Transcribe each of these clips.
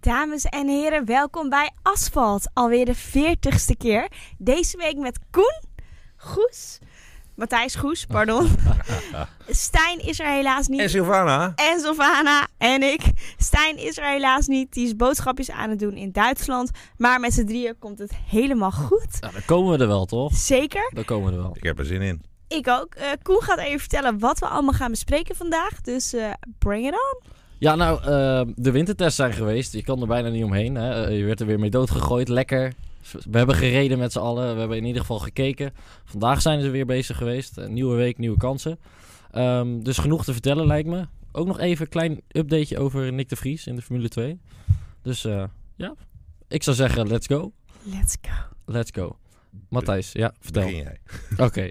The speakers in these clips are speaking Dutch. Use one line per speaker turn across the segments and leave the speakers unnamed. Dames en heren, welkom bij Asfalt. Alweer de veertigste keer. Deze week met Koen Goes. Matthijs Goes, pardon. Stijn is er helaas
En
niet.
Silvana?
En Sylvana en ik. Stijn is er helaas niet. Die is boodschapjes aan het doen in Duitsland. Maar met z'n drieën komt het helemaal goed.
Nou, dan komen we er wel, toch?
Zeker.
Dan komen we er wel.
Ik heb er zin in.
Ik ook. Eh, Koen gaat even vertellen wat we allemaal gaan bespreken vandaag. Dus eh, bring it on.
Ja, nou, eh, de wintertests zijn geweest. Je kan er bijna niet omheen. Hè? Eh, Je werd er weer mee doodgegooid. Lekker. We hebben gereden met z'n allen. We hebben in ieder geval gekeken. Vandaag zijn ze weer bezig geweest. Een nieuwe week, nieuwe kansen. Ehm, dus genoeg te vertellen, lijkt me. Ook nog even een klein updateje over Nick de Vries in de Formule 2. Dus eh, ja, ik zou zeggen, let's go.
Let's go.
Let's go. Matthijs, ja, vertel.
Begin jij.
Oké.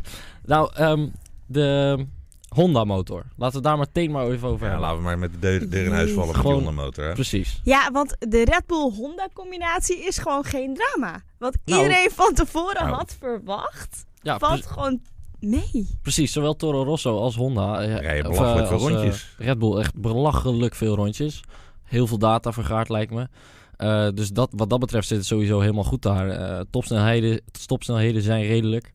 nou, ehm, de Honda-motor. Laten we daar meteen maar even over
Ja,
hebben.
laten we maar met de deur, deur in huis vallen met die
Gewoon-
hondenmotor. Hè?
Precies.
Ja, want de Red Bull Honda combinatie is gewoon geen drama. Wat
Nou. dus-
iedereen van tevoren
Nou.
had verwacht,
Ja,
valt
pre-
gewoon mee.
precies. Zowel Toro Rosso als Honda. eh,
Rijden
of,
belachelijk veel
eh, als, eh,
rondjes.
Red Bull echt belachelijk veel rondjes. Heel veel data vergaard lijkt me. Eh, dus dat, wat dat betreft zit het sowieso helemaal goed daar. Eh, topsnelheden, topsnelheden zijn redelijk.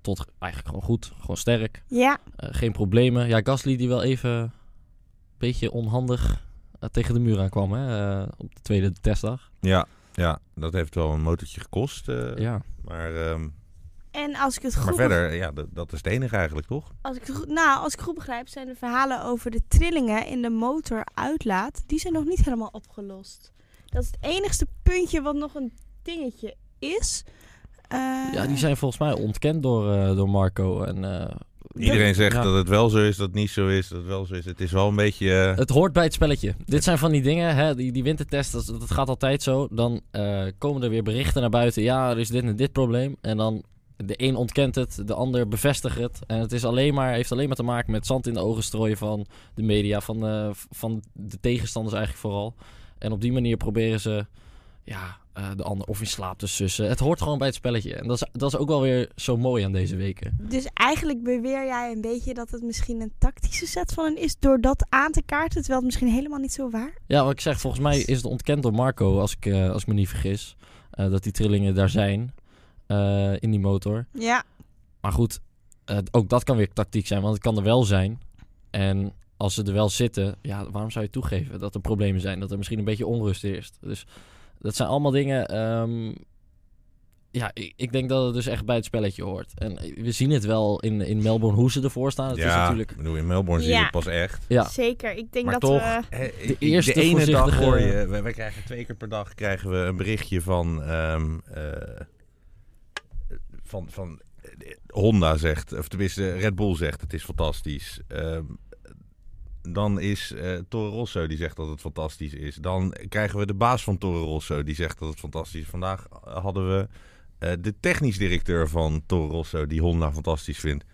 Tot eigenlijk gewoon goed. Gewoon sterk.
Ja,
Eh, geen problemen. Ja, Gasly die wel even een beetje onhandig eh, tegen de muur aankwam. Hè? eh, op de tweede testdag.
Ja, ja, dat heeft wel een motortje gekost. eh,
Ja.
Maar, ehm,
en als ik het goed,
maar
beg-
verder, ja, dat, dat is het enige eigenlijk, toch?
Als ik, het goed- nou, als ik het goed begrijp zijn de verhalen over de trillingen in de motoruitlaat, die zijn nog niet helemaal opgelost. Dat is het enigste puntje wat nog een dingetje is. Eh,
ja, die zijn volgens mij ontkend door, eh, door Marco. En, eh,
Iedereen zegt
Ja.
dat het wel zo is, dat het niet zo is, dat het wel zo is. Het is wel een beetje... eh,
Het hoort bij het spelletje. Dit zijn van die dingen, hè, die, die wintertest, dat, dat gaat altijd zo. Dan eh, komen er weer berichten naar buiten. Ja, er is dit en dit probleem. En dan de een ontkent het, de ander bevestigt het. En het is alleen maar, heeft alleen maar te maken met zand in de ogen strooien van de media, van, eh, v- van de tegenstanders eigenlijk vooral. En op die manier proberen ze ja, eh, de ander of in slaap te sussen. Het hoort gewoon bij het spelletje. En dat is, dat is ook wel weer zo mooi aan deze weken.
Dus eigenlijk beweer jij een beetje dat het misschien een tactische set van hen is door dat aan te kaarten, terwijl het misschien helemaal niet zo waar
Ja, wat ik zeg, volgens mij is het ontkend door Marco, als ik, eh, als ik me niet vergis, eh, dat die trillingen daar zijn eh, in die motor.
Ja,
Maar goed, eh, ook dat kan weer tactiek zijn, want het kan er wel zijn. En als ze er wel zitten, ja, waarom zou je toegeven dat er problemen zijn? Dat er misschien een beetje onrust heerst. Dus dat zijn allemaal dingen. ehm, ja, ik, ik denk dat het dus echt bij het spelletje hoort. En eh, we zien het wel in, in Melbourne hoe ze ervoor staan. Het is
ja,
natuurlijk.
ik bedoel, in Melbourne zie je
Ja.
het pas echt.
Ja,
zeker. Ik denk
Maar
dat eh,
toch,
we...
hè, ik- ik-
eerste
de ene dag
voorzichtige-
hoor je... Wij, wij krijgen twee keer per dag krijgen we een berichtje van... ehm, eh, van, van eh, Honda zegt, of tenminste Red Bull zegt, het is fantastisch. Ehm, dan is eh Toro Rosso die zegt dat het fantastisch is. Dan krijgen we de baas van Toro Rosso die zegt dat het fantastisch is. Vandaag hadden we eh, de technisch directeur van Toro Rosso die Honda fantastisch vindt.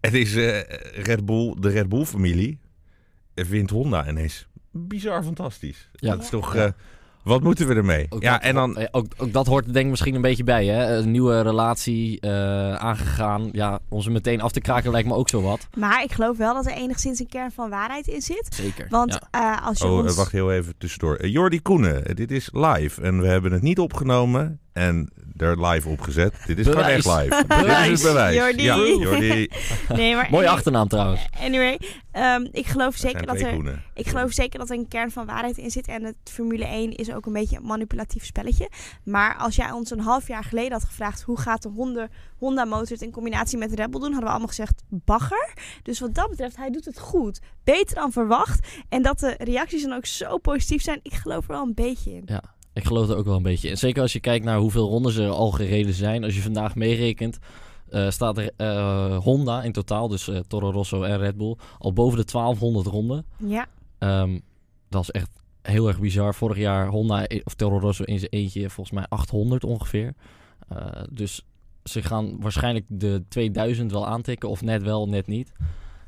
Het is eh, Red Bull, de Red Bull familie eh, vindt Honda ineens bizar fantastisch.
Ja.
Dat is toch,
Ja.
eh, wat moeten we ermee?
Ook
ja,
dat,
en dan,
eh, ook, ook dat hoort er denk ik misschien een beetje bij. Hè? Een nieuwe relatie eh, aangegaan. Ja, om ze meteen af te kraken lijkt me ook zo wat.
Maar ik geloof wel dat er enigszins een kern van waarheid in zit.
Zeker.
Want
ja.
eh, als je
Oh,
ons...
eh, wacht heel even tussendoor. Eh, Jordi Koenen, eh, dit is live. En we hebben het niet opgenomen en er live opgezet. Dit is gewoon
Bewijs.
echt live. Dit is het
Bewijs.
bewijs.
Jordi.
Ja, Jordi.
Nee, maar
Mooie
any-
achternaam trouwens.
Anyway, ehm, ik geloof zeker dat er...
Koenen.
Ik geloof zeker dat er een kern van waarheid in zit. En het Formule 1 is ook een beetje een manipulatief spelletje. Maar als jij ons een half jaar geleden had gevraagd... hoe gaat de Honda, Honda motor het in combinatie met de Rebel doen... hadden we allemaal gezegd bagger. Dus wat dat betreft, hij doet het goed. Beter dan verwacht. En dat de reacties dan ook zo positief zijn... ik geloof er wel een beetje in.
Ik geloof er ook wel een beetje. En zeker als je kijkt naar hoeveel rondes er al gereden zijn. Als je vandaag meerekent, eh, staat er eh, Honda in totaal, dus eh, Toro Rosso en Red Bull, al boven de 1200 ronden.
Ja,
Ehm, dat is echt heel erg bizar. Vorig jaar Honda eh, of Toro Rosso in zijn eentje volgens mij 800 ongeveer. Eh, dus ze gaan waarschijnlijk de 2000 wel aantikken of net wel, net niet.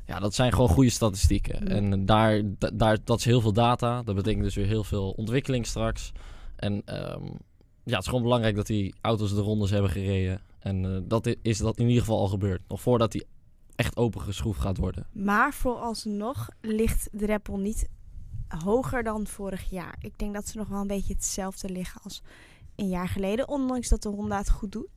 Ja, dat zijn gewoon goede statistieken.
Ja.
En daar, da- daar, dat is heel veel data. Dat betekent dus weer heel veel ontwikkeling straks. En ehm, ja, het is gewoon belangrijk dat die auto's de rondes hebben gereden. En eh, dat i- is dat in ieder geval al gebeurd. Nog voordat die echt opengeschroefd gaat worden.
Maar vooralsnog ligt de Red Bull niet hoger dan vorig jaar. Ik denk dat ze nog wel een beetje hetzelfde liggen als een jaar geleden. Ondanks dat de Honda het goed doet.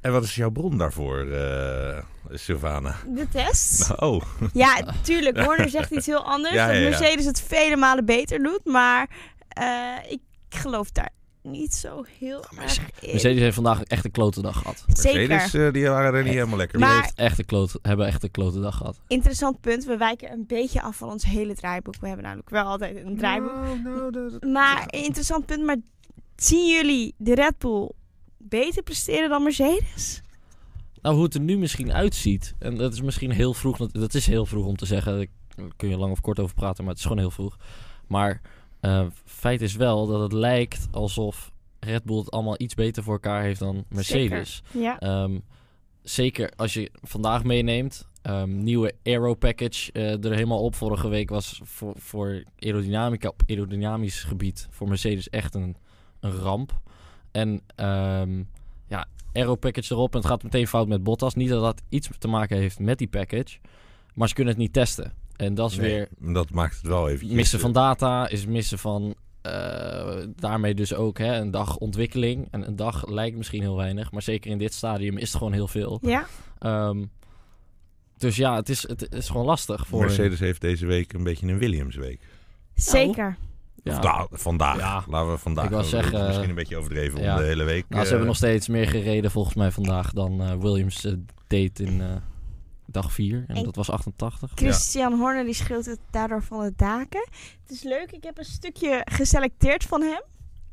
En wat is jouw bron daarvoor, eh, Sylvana?
De test.
Oh,
Ja, tuurlijk. Horner zegt iets heel anders.
Ja, ja, ja.
Dat Mercedes het vele malen beter doet. Maar eh, ik geloof daar niet zo heel erg in.
Mercedes heeft vandaag echt een klote dag gehad.
Mercedes,
Zeker.
eh, die waren er niet helemaal lekker
Die
Maar-
heeft echt een klote, hebben echt een klote dag gehad.
Interessant punt. We wijken een beetje af van ons hele draaiboek. We hebben namelijk wel altijd een draaiboek.
Nou,
Maar een interessant punt. Maar zien jullie de Red Bull beter presteren dan Mercedes?
Nou, hoe het er nu misschien uitziet, en dat is misschien heel vroeg, dat- dat is heel vroeg om te zeggen, daar kun je lang of kort over praten, maar het is gewoon heel vroeg. Maar eh, feit is wel dat het lijkt alsof Red Bull het allemaal iets beter voor elkaar heeft dan Mercedes.
Ja.
Ehm, zeker als je vandaag meeneemt. ehm, nieuwe aero package eh, er helemaal op. Vorige week was voor, voor aerodynamica op aerodynamisch gebied voor Mercedes echt een, een ramp. En ehm, ja, aero package erop en het gaat meteen fout met Bottas. Niet dat dat iets te maken heeft met die package, maar ze kunnen het niet testen. En dat is weer
Dat maakt het wel eh, even.
missen van data is missen van eh, daarmee dus ook hè, een dag ontwikkeling. En een dag lijkt misschien heel weinig, maar zeker in dit stadium is het gewoon heel veel.
ja.
Ehm, dus ja, het is, het is gewoon lastig voor
Mercedes heeft deze week een beetje een Williamsweek.
Zeker.
Ja.
Of nou, vandaag.
Ja.
Laten we vandaag.
Ik wou
Dat is
zeggen,
Misschien een beetje overdreven
ja.
om de hele week.
Nou, ze
eh,
hebben nog steeds meer gereden volgens mij vandaag dan eh, Williams eh, deed in eh, dag 4. En
En-
dat was 88.
Christian Horner die schreeuwt het daardoor van de daken. Het is leuk. Ik heb een stukje geselecteerd van hem.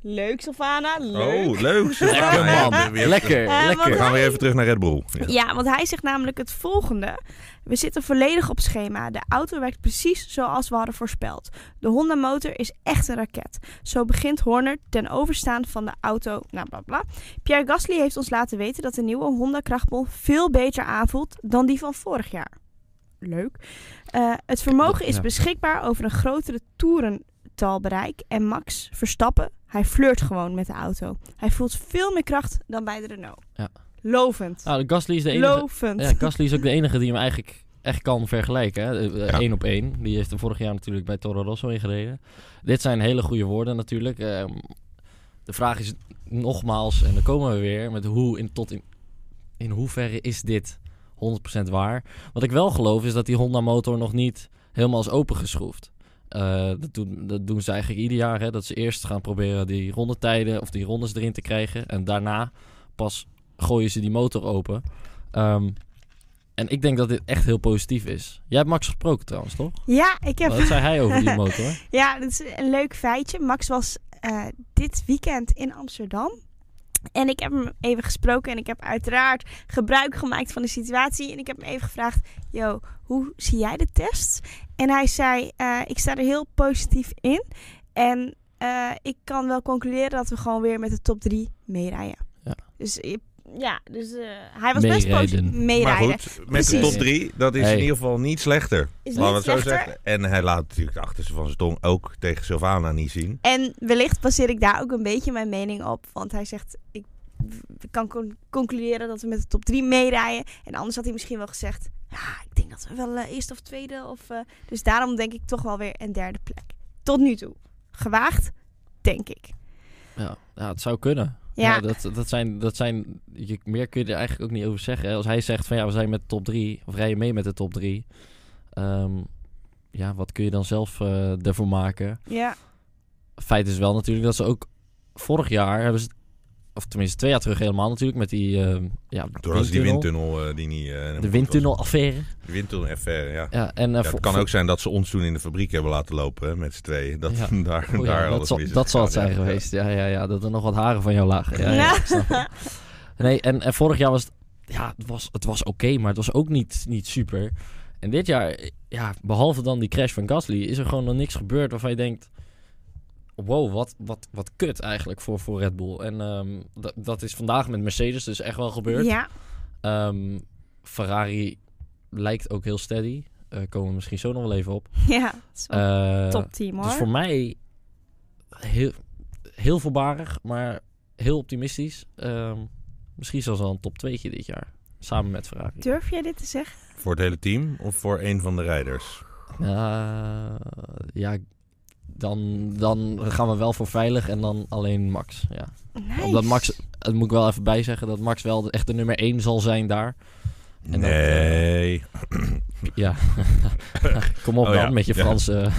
Leuk, Sylvana. Leuk.
Oh, leuk. ze
Lekker
waren-
man,
Ja, weer-
lekker,
Eh,
lekker.
We gaan weer even terug naar Red Bull. Ja.
Ja, want hij zegt namelijk het volgende. We zitten volledig op schema. De auto werkt precies zoals we hadden voorspeld. De Honda motor is echt een raket. Zo begint Horner ten overstaan van de auto. Nou, bla bla. Pierre Gasly heeft ons laten weten dat de nieuwe Honda krachtbol veel beter aanvoelt dan die van vorig jaar. Leuk. Eh, het vermogen is
Ja.
beschikbaar over een grotere toerentalbereik. En Max Verstappen, hij flirt gewoon met de auto. Hij voelt veel meer kracht dan bij de Renault.
Ja.
Lovend.
Nou, Gasly is de enige,
Lovend.
Ja, Gasly is ook de enige die hem eigenlijk echt kan vergelijken. hè. Eh, eh,
Ja.
Eén op één. Die heeft er vorig jaar natuurlijk bij Toro Rosso ingereden. Dit zijn hele goede woorden natuurlijk. Ehm, de vraag is nogmaals, en dan komen we weer, met hoe in, tot in, in hoeverre is dit 100% waar? Wat ik wel geloof is dat die Honda motor nog niet helemaal is opengeschroefd. Eh, dat, doen, dat doen ze eigenlijk ieder jaar. Hè? Dat ze eerst gaan proberen die rondetijden of die rondes erin te krijgen. En daarna pas gooien ze die motor open. Ehm, en ik denk dat dit echt heel positief is. Jij hebt Max gesproken trouwens, toch?
Ja, ik heb,
Wat zei hij over die motor?
ja, dat is een leuk feitje. Max was eh, dit weekend in Amsterdam. En ik heb hem even gesproken en ik heb uiteraard gebruik gemaakt van de situatie. En ik heb hem even gevraagd, yo, hoe zie jij de test? En hij zei, eh, ik sta er heel positief in. En eh, ik kan wel concluderen dat we gewoon weer met de top 3 meerijden.
Ja.
Dus eh, ja, dus eh, hij was best
Meerijden.
positief.
Maar
Meerijden.
goed, met de
Precies.
top 3, dat is
Hey.
in ieder geval niet slechter.
Is
Laten we
niet
het zo
slechter.
zeggen. En hij laat natuurlijk achter ze van zijn tong ook tegen Sylvana niet zien.
En wellicht baseer ik daar ook een beetje mijn mening op. Want hij zegt, ik w- kan con- concluderen dat we met de top 3 meerijden. En anders had hij misschien wel gezegd, ja, ik denk dat we wel eh, eerste of tweede. Of, eh, dus daarom denk ik toch wel weer een derde plek. Tot nu toe. Gewaagd, denk ik.
Ja, ja het zou kunnen.
Ja,
dat, dat zijn, dat zijn je, meer kun je er eigenlijk ook niet over zeggen. hè. Als hij zegt van ja, we zijn met de top 3, of rijden mee met de top 3. ja, wat kun je dan zelf eh ervoor maken?
ja.
Feit is wel natuurlijk dat ze ook vorig jaar hebben ze, of tenminste twee jaar terug helemaal natuurlijk, met die, ehm ja,
Toen was die
windtunnel.
windtunnel eh, die niet... eh, helemaal
De
goed was.
windtunnelaffaire.
De windtunnel FR, ja.
Ja, en, eh,
Ja,
voor-
het kan ook zijn dat ze ons toen in de fabriek hebben laten lopen hè, met z'n tweeën. Dat
Ja.
daar,
Oh ja,
daar
dat,
alles
zal,
mis is
dat zal het
gegaan,
zijn
ja.
geweest. Ja, ja, ja, dat er nog wat haren van jou lagen. Ja, ja,
Ja.
ik snap het. Nee, en, en vorig jaar was het, ja, het was, het was oké, maar het was ook niet, niet super. En dit jaar, ja, behalve dan die crash van Gasly, is er gewoon nog niks gebeurd waarvan je denkt, wow, wat, wat, wat kut eigenlijk voor, voor Red Bull. En ehm, dat, dat is vandaag met Mercedes dus echt wel gebeurd.
ja.
Ehm, Ferrari lijkt ook heel steady. Eh komen we misschien zo nog wel even op.
ja. Dat is wel een
Eh,
top team hoor.
dus voor mij heel, heel voorbarig, maar heel optimistisch. Ehm, misschien zelfs al een top 2'tje dit jaar. Samen met Ferrari.
Durf jij dit te zeggen?
Voor het hele team of voor een van de rijders?
Eh, ja, dan, dan gaan we wel voor veilig en dan alleen Max. Ja.
Nice.
Omdat Max, dat moet ik wel even bijzeggen, dat Max wel de- echt de nummer 1 zal zijn daar. En eh, dat,
nee.
Ja, kom op
Oh
dan
ja,
met je
ja.
Franse...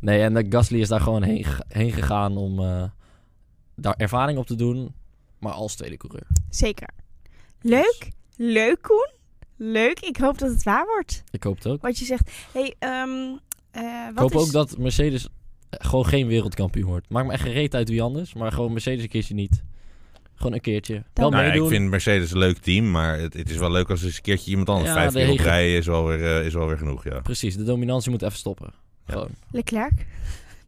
nee, en eh, Gasly is daar gewoon heen, gega- heen gegaan om eh, daar ervaring op te doen, maar als tweede coureur.
Zeker. Leuk. Leuk, Koen. Leuk. Ik hoop dat het waar wordt.
Ik hoop het ook.
Wat je zegt. hey, ehm, eh,
Ik
wat
hoop
is...
ook dat Mercedes eh, gewoon geen wereldkampioen wordt. Maakt me echt gereed uit wie anders, maar gewoon Mercedes een keertje niet. Gewoon een keertje. Wel
Nou ja,
meedoen.
ik vind Mercedes een leuk team, maar het, het is wel leuk als er eens een keertje iemand anders
Ja,
vijf
de
keer op
hege-
rij is wel weer, eh, is wel weer genoeg, ja.
Precies, de dominantie moet even stoppen. Gewoon.
Leclerc.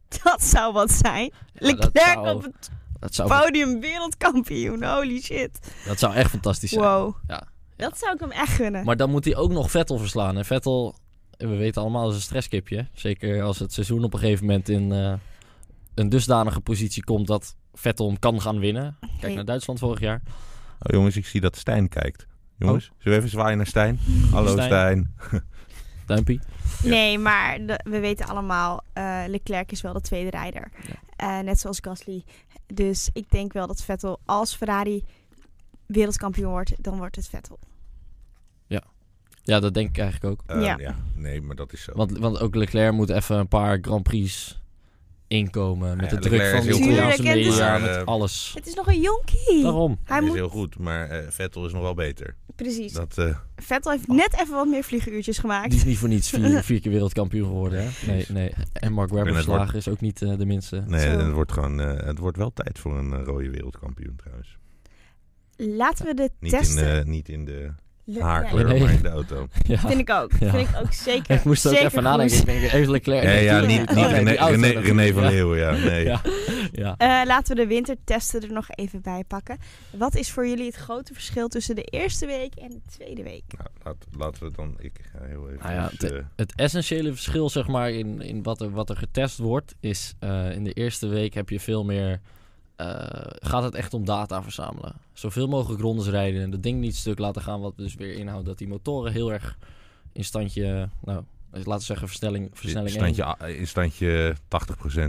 Dat zou wat zijn.
Ja, dat
Leclerc
zou-
op het
Dat zou,
podium wereldkampioen. Holy shit.
dat zou echt fantastisch zijn.
Wow.
Ja.
Dat zou ik hem echt gunnen.
Maar dan moet hij ook nog Vettel verslaan. En Vettel, we weten allemaal, is een stresskipje. Zeker als het seizoen op een gegeven moment in eh, een dusdanige positie komt dat Vettel hem kan gaan winnen. Kijk
Hey.
naar Duitsland vorig jaar.
Oh, jongens, ik zie dat Stijn kijkt. Jongens, zullen we even zwaaien naar Stijn? Hallo
Oh. Stijn.
Stijn.
Duimpie.
Nee, maar de- we weten allemaal, eh, Leclerc is wel de tweede rijder. Eh, net zoals Gasly. Dus ik denk wel dat Vettel, als Ferrari wereldkampioen wordt, dan wordt het Vettel.
Ja, dat denk ik eigenlijk ook.
Eh,
Ja.
ja. Nee, maar dat is zo.
Want, want ook Leclerc moet even een paar Grand Prix inkomen. Met
Ja,
de druk
Leclerc
van
is
de
heel
goed.
Italiaanse
Tuurlijk, en het is-
media,
Maar,
met
eh,
alles.
Het is nog een jonkie.
Daarom.
Hij
Hij is
moet,
heel goed, maar eh, Vettel is nog wel beter.
precies.
Dat, eh,
Vettel heeft net even wat meer vliegenuurtjes gemaakt.
Die is niet voor niets vier, vier keer wereldkampioen geworden. Hè? Nee, nee. En Mark Webber
het
verslagen is ook niet eh, de minste.
nee,
Zo.
het wordt, gewoon, eh, het wordt wel tijd voor een eh, rode wereldkampioen trouwens.
Laten we de
Niet in
testen.
de, niet in de
Le-
haarkleur,
Nee.
maar in de auto.
Ja.
Vind ik ook.
Ja.
Vind ik ook zeker.
Ik moest ook
zeker
even nadenken. Ik
goed.
denk, even Leclerc.
Nee,
Nee,
ja,
tuurlijk
niet,
Oh,
niet
nee,
René,
die auto
René,
natuurlijk,
René van
ja.
Leeuwen, ja. Nee.
Ja. Ja.
Eh, laten we de wintertesten er nog even bij pakken. Wat is voor jullie het grote verschil tussen de eerste week en de tweede week?
Nou, laat- laten we dan... Ik ga heel even...
Nou ja,
dus,
de-
eh,
Het essentiële verschil zeg maar, in, in wat, er, wat er getest wordt is eh, in de eerste week heb je veel meer... eh, gaat het echt om data verzamelen. Zoveel mogelijk rondes rijden en dat ding niet stuk laten gaan. Wat dus weer inhoudt dat die motoren heel erg in standje... Nou, laten we zeggen versnelling, versnelling één.
standje, a- in standje 80%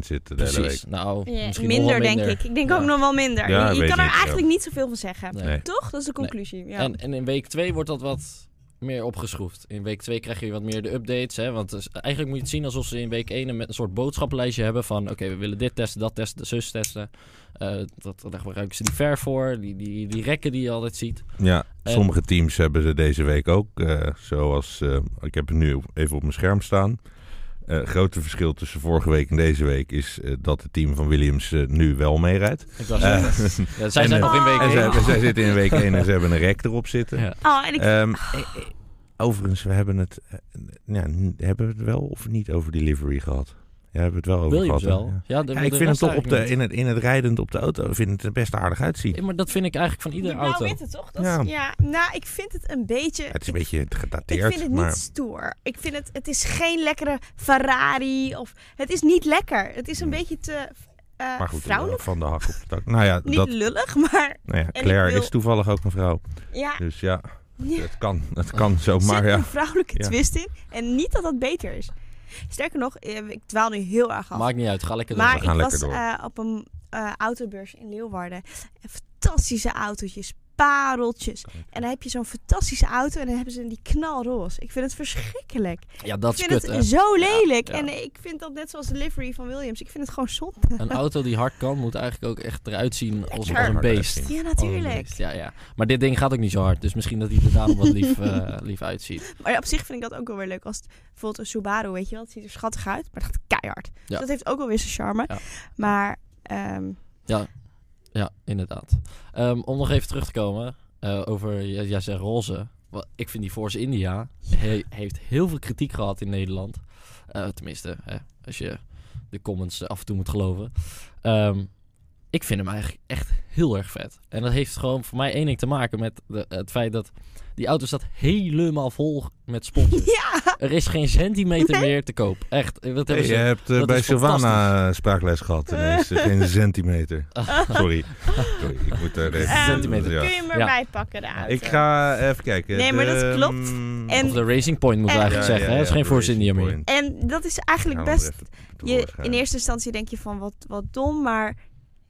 zitten de hele week.
Precies. Nou, misschien nog
minder,
wel
denk
minder.
ik. Ik denk
Ja.
ook nog wel minder.
Ja,
je je
weet
kan er
niet, ja.
eigenlijk niet zoveel van zeggen.
Nee.
Nee.
Toch? Dat is de conclusie. Ja.
En, en in week 2 wordt dat wat meer opgeschroefd. In week 2 krijg je wat meer de updates. Hè? Want dus eigenlijk moet je het zien alsof ze in week 1 een, een soort boodschappenlijstje hebben van... oké, we willen dit testen, dat testen, zus testen. Eh, dat, daar gebruiken ze die ver voor, die, die, die rekken die je altijd ziet.
Ja,
En-
sommige teams hebben ze deze week ook. eh, zoals, eh, ik heb het nu op- even op mijn scherm staan. Eh grote verschil tussen vorige week en deze week is eh, dat het team van Williams eh, nu wel meerijdt.
Ik was,
Eh,
ja, zij
en,
zijn
eh,
nog in week
Oké.
En
1.
zij, zij zitten in week 1 en ze hebben een rek erop zitten.
Ja.
Oh, en ik,
Ehm, eh, eh, overigens, we hebben het, eh, ja, n- hebben we het wel of niet over delivery gehad? Ja, hebben we het wel over
Williams
gehad. hè?
wel.
Ja.
Ja, de-
Ja,
de
ik vind het
rest
toch op de,
eigenlijk
in, het, in het rijdend op de auto vind het er best aardig uitzien.
niet. Eh, Maar dat vind ik eigenlijk van iedere
die
auto.
blauw-witte, toch? Dat
Ja.
Is, ja. Nou, ik vind het een beetje...
Het is een beetje
ik
gedateerd,
vind het niet
maar
stoer. Ik vind het... Het is geen lekkere Ferrari of... Het is niet lekker. Het is een
Hmm.
beetje te... eh
Maar goed,
vrouwelijk.
van de hak op de tak. Nou ja,
Niet
dat,
lullig, maar...
nou ja
ik
Claire
wil-
is toevallig ook een vrouw.
Ja,
Dus ja,
ja.
het kan. Het kan
Er
zomaar,
zit
ja.
een vrouwelijke
Ja.
twist in. En niet dat dat beter is. Sterker nog, eh, ik dwaal nu heel erg af.
Maakt niet uit, ga lekker door.
Maar
we gaan
ik was
lekker door.
eh, op een eh, autobeurs in Leeuwarden. En Fantastische autootjes, pareltjes. En dan heb je zo'n fantastische auto en dan hebben ze die knalroze. Ik vind het verschrikkelijk.
Ja, dat
ik
is
vind
kut.
het
hè.
zo lelijk.
ja.
En ik vind dat net zoals de livery van Williams. Ik vind het gewoon zonde.
Een auto die hard kan, moet eigenlijk ook echt eruit zien als, als
Lekker.
een beest.
Ja,
Oh,
natuurlijk.
beest, ja, ja. Maar dit ding gaat ook niet zo hard. Dus misschien dat hij er daarom wat lief, eh, lief uitziet.
Maar op zich vind ik dat ook wel weer leuk. Als het, bijvoorbeeld een Subaru, weet je wel. Het ziet er schattig uit, maar het gaat keihard. Dus dat heeft ook wel weer zijn charme.
Ja.
Maar... ehm,
Ja, inderdaad. Ehm, om nog even terug te komen eh, over, jij jij zegt roze. Wel, Ik vind die Force India he- heeft heel veel kritiek gehad in Nederland. Eh, tenminste, hè, als je de comments eh, af en toe moet geloven. Ehm, ik vind hem eigenlijk echt heel erg vet. En dat heeft gewoon voor mij één ding te maken met de- het feit dat die auto staat helemaal vol met sponsors.
Ja,
Er is geen centimeter meer te koop. Echt. Dat hebben
je
ze...
hebt eh,
dat
bij
is
Savannah eh, spraakles gehad. Ineens. Geen centimeter. Sorry. Sorry, ik moet er even...
Centimeter.
Ja.
ehm, kun je maar
Ja.
bij pakken de auto.
Ik ga even kijken.
Nee, maar dat
De,
klopt.
mm,
En-
Of de Racing Point moet ik
Ja,
eigenlijk
ja, ja,
zeggen. hè.
ja,
dat is geen
Racing
voorzin India meer.
Point.
En dat is eigenlijk
Gaan we er
best...
even eh. naartoe
Je, in
waarschijnlijk.
eerste instantie denk je van wat, wat dom, maar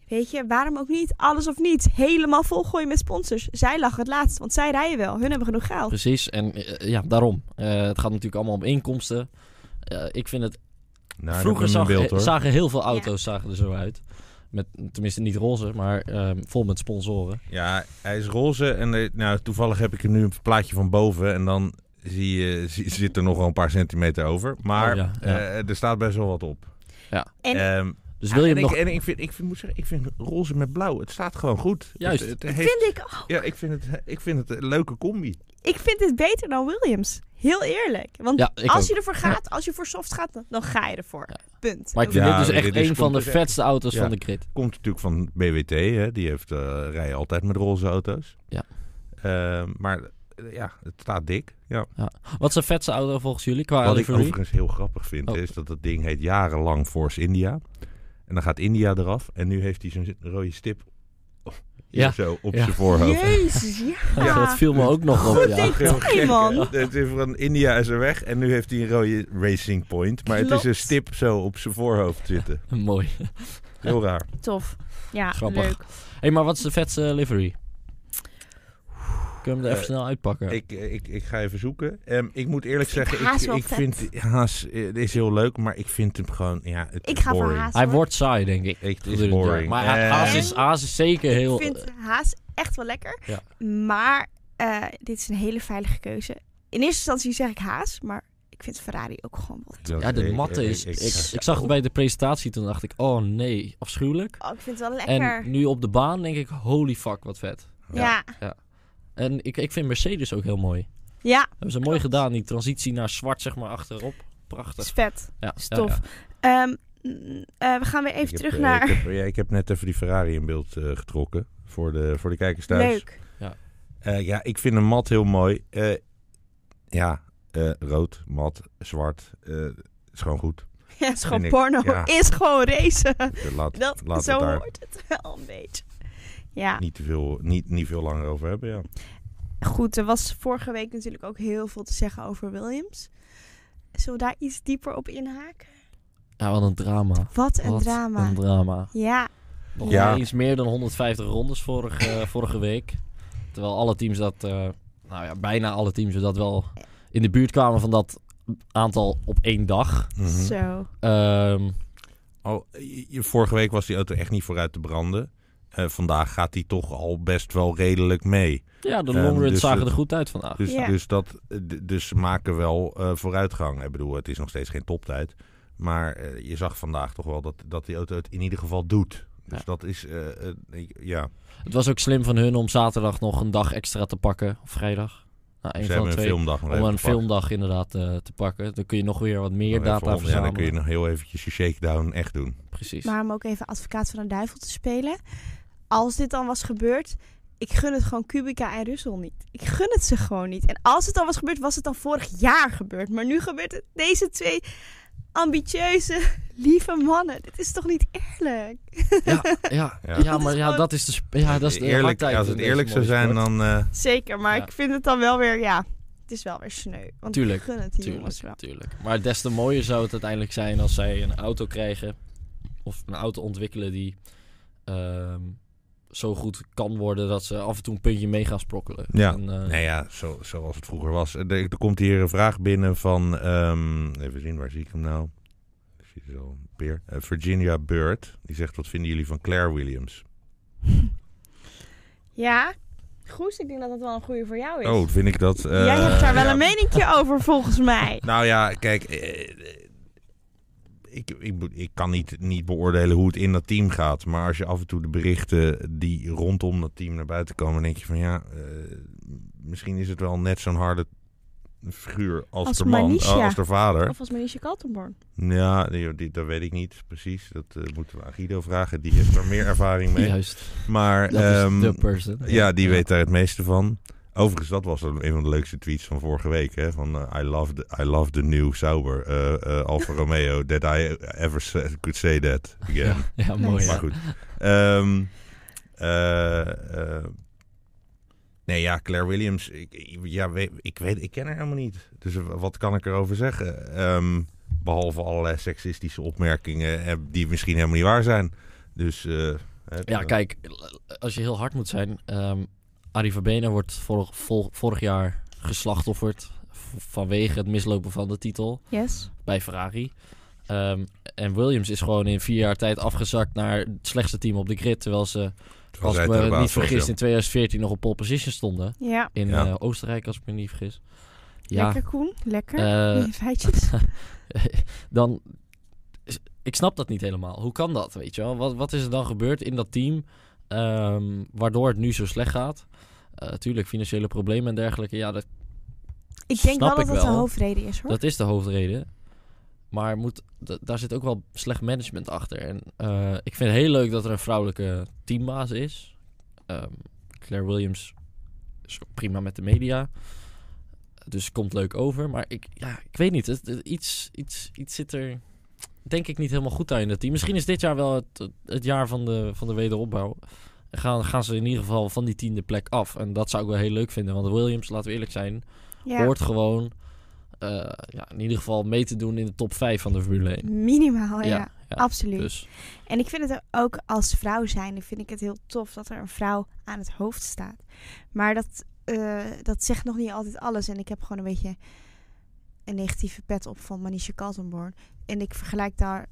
weet je, waarom ook niet? Alles of niet. Helemaal volgooien met sponsors. Zij lachen het laatst, want zij rijden wel. Hun hebben genoeg geld.
Precies. En eh, ja, daarom. Eh, het gaat natuurlijk allemaal om inkomsten. Eh, ik vind het
Nou, ik
Vroeger
heb hem in
zag,
beeld, hoor.
zagen heel veel auto's zagen er zo uit. Met, tenminste niet roze, maar ehm, vol met sponsoren.
Ja, hij is roze en eh, nou, toevallig heb ik hem nu een plaatje van boven en dan zie je, zie, zit er nog wel een paar centimeter over. Maar
Oh, ja, ja.
eh, er staat best wel wat op.
En
Ehm,
Dus wil je
en
hem
ik,
nog...
en ik vind, ik vind, moet zeggen, ik vind roze met blauw, het staat gewoon goed.
Juist.
Het, het
dat
heeft-
vind ik, oh,
ja, ik vind, het, ik vind het een leuke combi.
ik vind dit beter dan Williams. Heel eerlijk. Want
Ja, ik
als
ook.
je ervoor gaat, als je voor soft gaat, dan, dan ga je ervoor.
Ja.
Punt.
Maar ik vind
Ja,
dit dus echt
dit is
een van de
compleet.
vetste auto's
Ja.
van de grid.
Komt natuurlijk van BWT, hè? die heeft, eh rijden altijd met roze auto's.
Ja.
Ehm, maar eh, ja, het staat dik. Ja.
Wat is de vetste auto volgens jullie qua
Wat ik
livery?
overigens heel grappig vind,
Oh.
is dat dat ding heet jarenlang Force India. En dan gaat India eraf en nu heeft hij zo'n rode stip hier
Ja.
zo op
Ja.
zijn voorhoofd.
Jezus, ja.
Ja, dat viel me ook nog op,
Goed
ja.
ding.
Heel
Hey,
gek,
man.
hè? Het eh, is van India is er weg en nu heeft hij een rode Racing Point. Maar het is
Klopt.
een stip zo op zijn voorhoofd zitten.
Mooi.
Heel raar.
Tof. Ja,
Grappig.
leuk.
hey, maar wat is de vetste livery? Kunnen we hem er even
Eh,
snel uitpakken?
Ik, eh, ik, ik ga even zoeken. Ehm, ik moet eerlijk zeggen,
Haas
ik,
wel
ik
vet.
vind Haas eh, het is heel leuk, maar ik vind hem gewoon... Ja, het
Ik
is
ga voor
boring.
Haas.
Hij
hoor.
wordt saai, denk ik.
Ik, het is
gedurende het jaar.
boring.
Maar ha- Haas
Eh,
is, Haas is zeker heel...
Ik vind Haas echt wel lekker.
Ja.
Maar eh, dit is een hele veilige keuze. In eerste instantie zeg ik Haas, maar ik vind Ferrari ook gewoon wat.
dat-
ja, de
ik-
matte
ik-
is... Ik,
ik-
ik zag het bij de presentatie, toen dacht ik, oh nee, afschuwelijk.
Oh, ik vind het wel lekker.
En nu op de baan denk ik, holy fuck, wat vet.
ja.
En ik, ik vind Mercedes ook heel mooi.
ja,
Hebben ze mooi gedaan, die transitie naar zwart, zeg maar, achterop. Prachtig.
is vet.
Ja,
is
ja,
tof.
ja.
Ehm, mm, eh, we gaan weer even
Ik heb,
terug
eh,
naar.
Ik heb, ja, ik heb net even die Ferrari in beeld eh, getrokken voor de, voor de kijkers thuis.
Leuk.
Eh, ja, ik vind een mat heel mooi. Eh, ja, eh, rood, mat, zwart. eh, is gewoon goed.
Ja, het is gewoon
ik,
porno.
ja.
Is gewoon racen.
Eh, Laat,
Dat,
laat
zo
het daar
hoort het wel een beetje. Ja,
niet, te veel, niet, niet veel langer over hebben. Ja.
goed. Er was vorige week natuurlijk ook heel veel te zeggen over Williams. Zullen we daar iets dieper op inhaken?
Ja, wat een drama.
Wat een
Wat
drama.
Een drama.
ja,
Nog
Ja.
eens meer dan 150 rondes vorige, eh, vorige week. Terwijl alle teams dat... eh, nou ja, bijna alle teams dat wel in de buurt kwamen van dat aantal op één dag.
Mhm.
zo.
Ehm,
Al, je- je- vorige week was die auto echt niet vooruit te branden. Eh, vandaag gaat die toch al best wel redelijk mee.
ja, de
Ehm,
long runs
dus
zagen
het-
er goed uit vandaag.
Dus,
Ja.
dus, dat, eh, d- dus ze maken wel eh, vooruitgang. Ik bedoel, het is nog steeds geen toptijd. Maar eh, je zag vandaag toch wel dat, dat die auto het in ieder geval doet. Dus
Ja.
dat is, eh, eh, ik- ja,
Het was ook slim van hun om zaterdag nog een dag extra te pakken. Of vrijdag. Nou,
ze
een van
hebben
de
een
twee.
filmdag nog
om
even
een
te pakken.
filmdag inderdaad eh, te pakken. Dan kun je nog weer wat meer
Nog even
data
om- Ja, dan kun
verzamelen.
je nog heel eventjes je shakedown echt doen.
Precies.
Maar om ook even advocaat van de duivel te spelen. Als dit dan was gebeurd, ik gun het gewoon Kubica en Russell niet. Ik gun het ze gewoon niet. En als het dan was gebeurd, was het dan vorig jaar gebeurd. Maar nu gebeurt het deze twee ambitieuze, lieve mannen. Dit is toch niet eerlijk?
Ja,
Ja.
ja, ja.
Dat
is
maar ja,
gewoon-
dat is de, sp- ja, dat is de
eerlijk,
hardheid
als het
in deze
eerlijk zou
mooie
zijn,
sport.
dan... eh,
Zeker, maar
Ja.
ik vind het dan wel weer, ja, het is wel weer sneu. Want
Tuurlijk,
ik gun het die
Tuurlijk,
jongens wel.
tuurlijk. Maar des te mooier zou het uiteindelijk zijn als zij een auto krijgen. Of een auto ontwikkelen die ehm, zo goed kan worden dat ze af en toe een puntje mee gaan sprokkelen.
Ja.
En, eh,
Nou ja, zo, zoals het vroeger was. Er, er komt hier een vraag binnen van... ehm, even zien, waar zie ik hem nou? Ik zie er zo een peer. Eh, Virginia Bird. Die zegt, wat vinden jullie van Claire Williams?
Ja, Goes, ik denk dat dat wel een goede voor jou is.
Oh, vind ik dat... eh,
Jij hebt daar wel
ja.
een meninkje over, volgens mij.
Nou ja, kijk... eh, eh, ik, ik, moet- ik kan niet, niet beoordelen hoe het in dat team gaat. Maar als je af en toe de berichten die rondom dat team naar buiten komen... denk je van ja, eh, misschien is het wel net zo'n harde figuur als,
Als
de man,
Manisha.
ah, als de vader.
Of was Manisha Kaltenborn?
Ja, die, die- dat weet ik niet precies. Dat eh, moeten we aan Guido vragen. Die heeft er meer ervaring mee.
Juist.
Maar
Dat is
ehm,
de person.
ja, die weet daar het meeste van. Overigens, dat was een een van de leukste tweets van vorige week. Hè? Van eh, I, love the, I love the new Sauber eh, eh, Alfa Romeo. That I ever sa- could say that again.
Ja, ja mooi.
Nice.
Maar
Ja.
goed. Ehm, eh, eh, nee, ja, Claire Williams. Ik, ik- ja, weet, ik, weet, ik ken haar helemaal niet. Dus wat kan ik erover zeggen? Ehm, behalve allerlei seksistische opmerkingen eh, die misschien helemaal niet waar zijn. Dus... eh, het-
Ja, kijk, als je heel hard moet zijn. ehm Arie Verbena wordt vorig, vol- vorig jaar geslachtofferd. v- vanwege het mislopen van de titel
Yes.
bij Ferrari. Ehm, en Williams is gewoon in vier jaar tijd afgezakt naar het slechtste team op de grid. Terwijl ze,
terwijl
als
zij
ik
het aan de
me
baas
niet
was,
vergis,
ja.
in 2014 nog op pole position stonden.
Ja.
In
Ja.
eh, Oostenrijk, als ik me niet vergis. Ja,
Lekker, Koen. Lekker.
eh,
Die feitjes.
dan. Ik snap dat niet helemaal. Hoe kan dat? Weet je wel? Wat, wat is er dan gebeurd in dat team ehm, waardoor het nu zo slecht gaat? Eh, tuurlijk, financiële problemen en dergelijke. Ja, dat,
Ik denk
snap
wel dat
ik
dat de
wel.
hoofdreden is, hoor.
dat is de hoofdreden. Maar moet, da- daar zit ook wel slecht management achter. En eh, ik vind het heel leuk dat er een vrouwelijke teambaas is. Ehm, Claire Williams is ook prima met de media. Dus komt leuk over. Maar ik, ja, ik weet niet. Het, het- iets, iets, iets zit er denk ik niet helemaal goed aan in het team. Misschien is dit jaar wel het, het jaar van de, van de wederopbouw. Gaan, gaan ze in ieder geval van die tiende plek af. En dat zou ik wel heel leuk vinden. Want Williams, laten we eerlijk zijn,
ja.
hoort gewoon eh, ja, in ieder geval mee te doen in de top 5 van de Formule 1.
Minimaal, ja.
Ja, ja.
Absoluut.
Dus
En ik vind het ook als vrouw zijnde vind ik het heel tof dat er een vrouw aan het hoofd staat. Maar dat, eh, dat zegt nog niet altijd alles. En ik heb gewoon een beetje een negatieve pet op van Manisha Kaltenborn. En ik vergelijk daar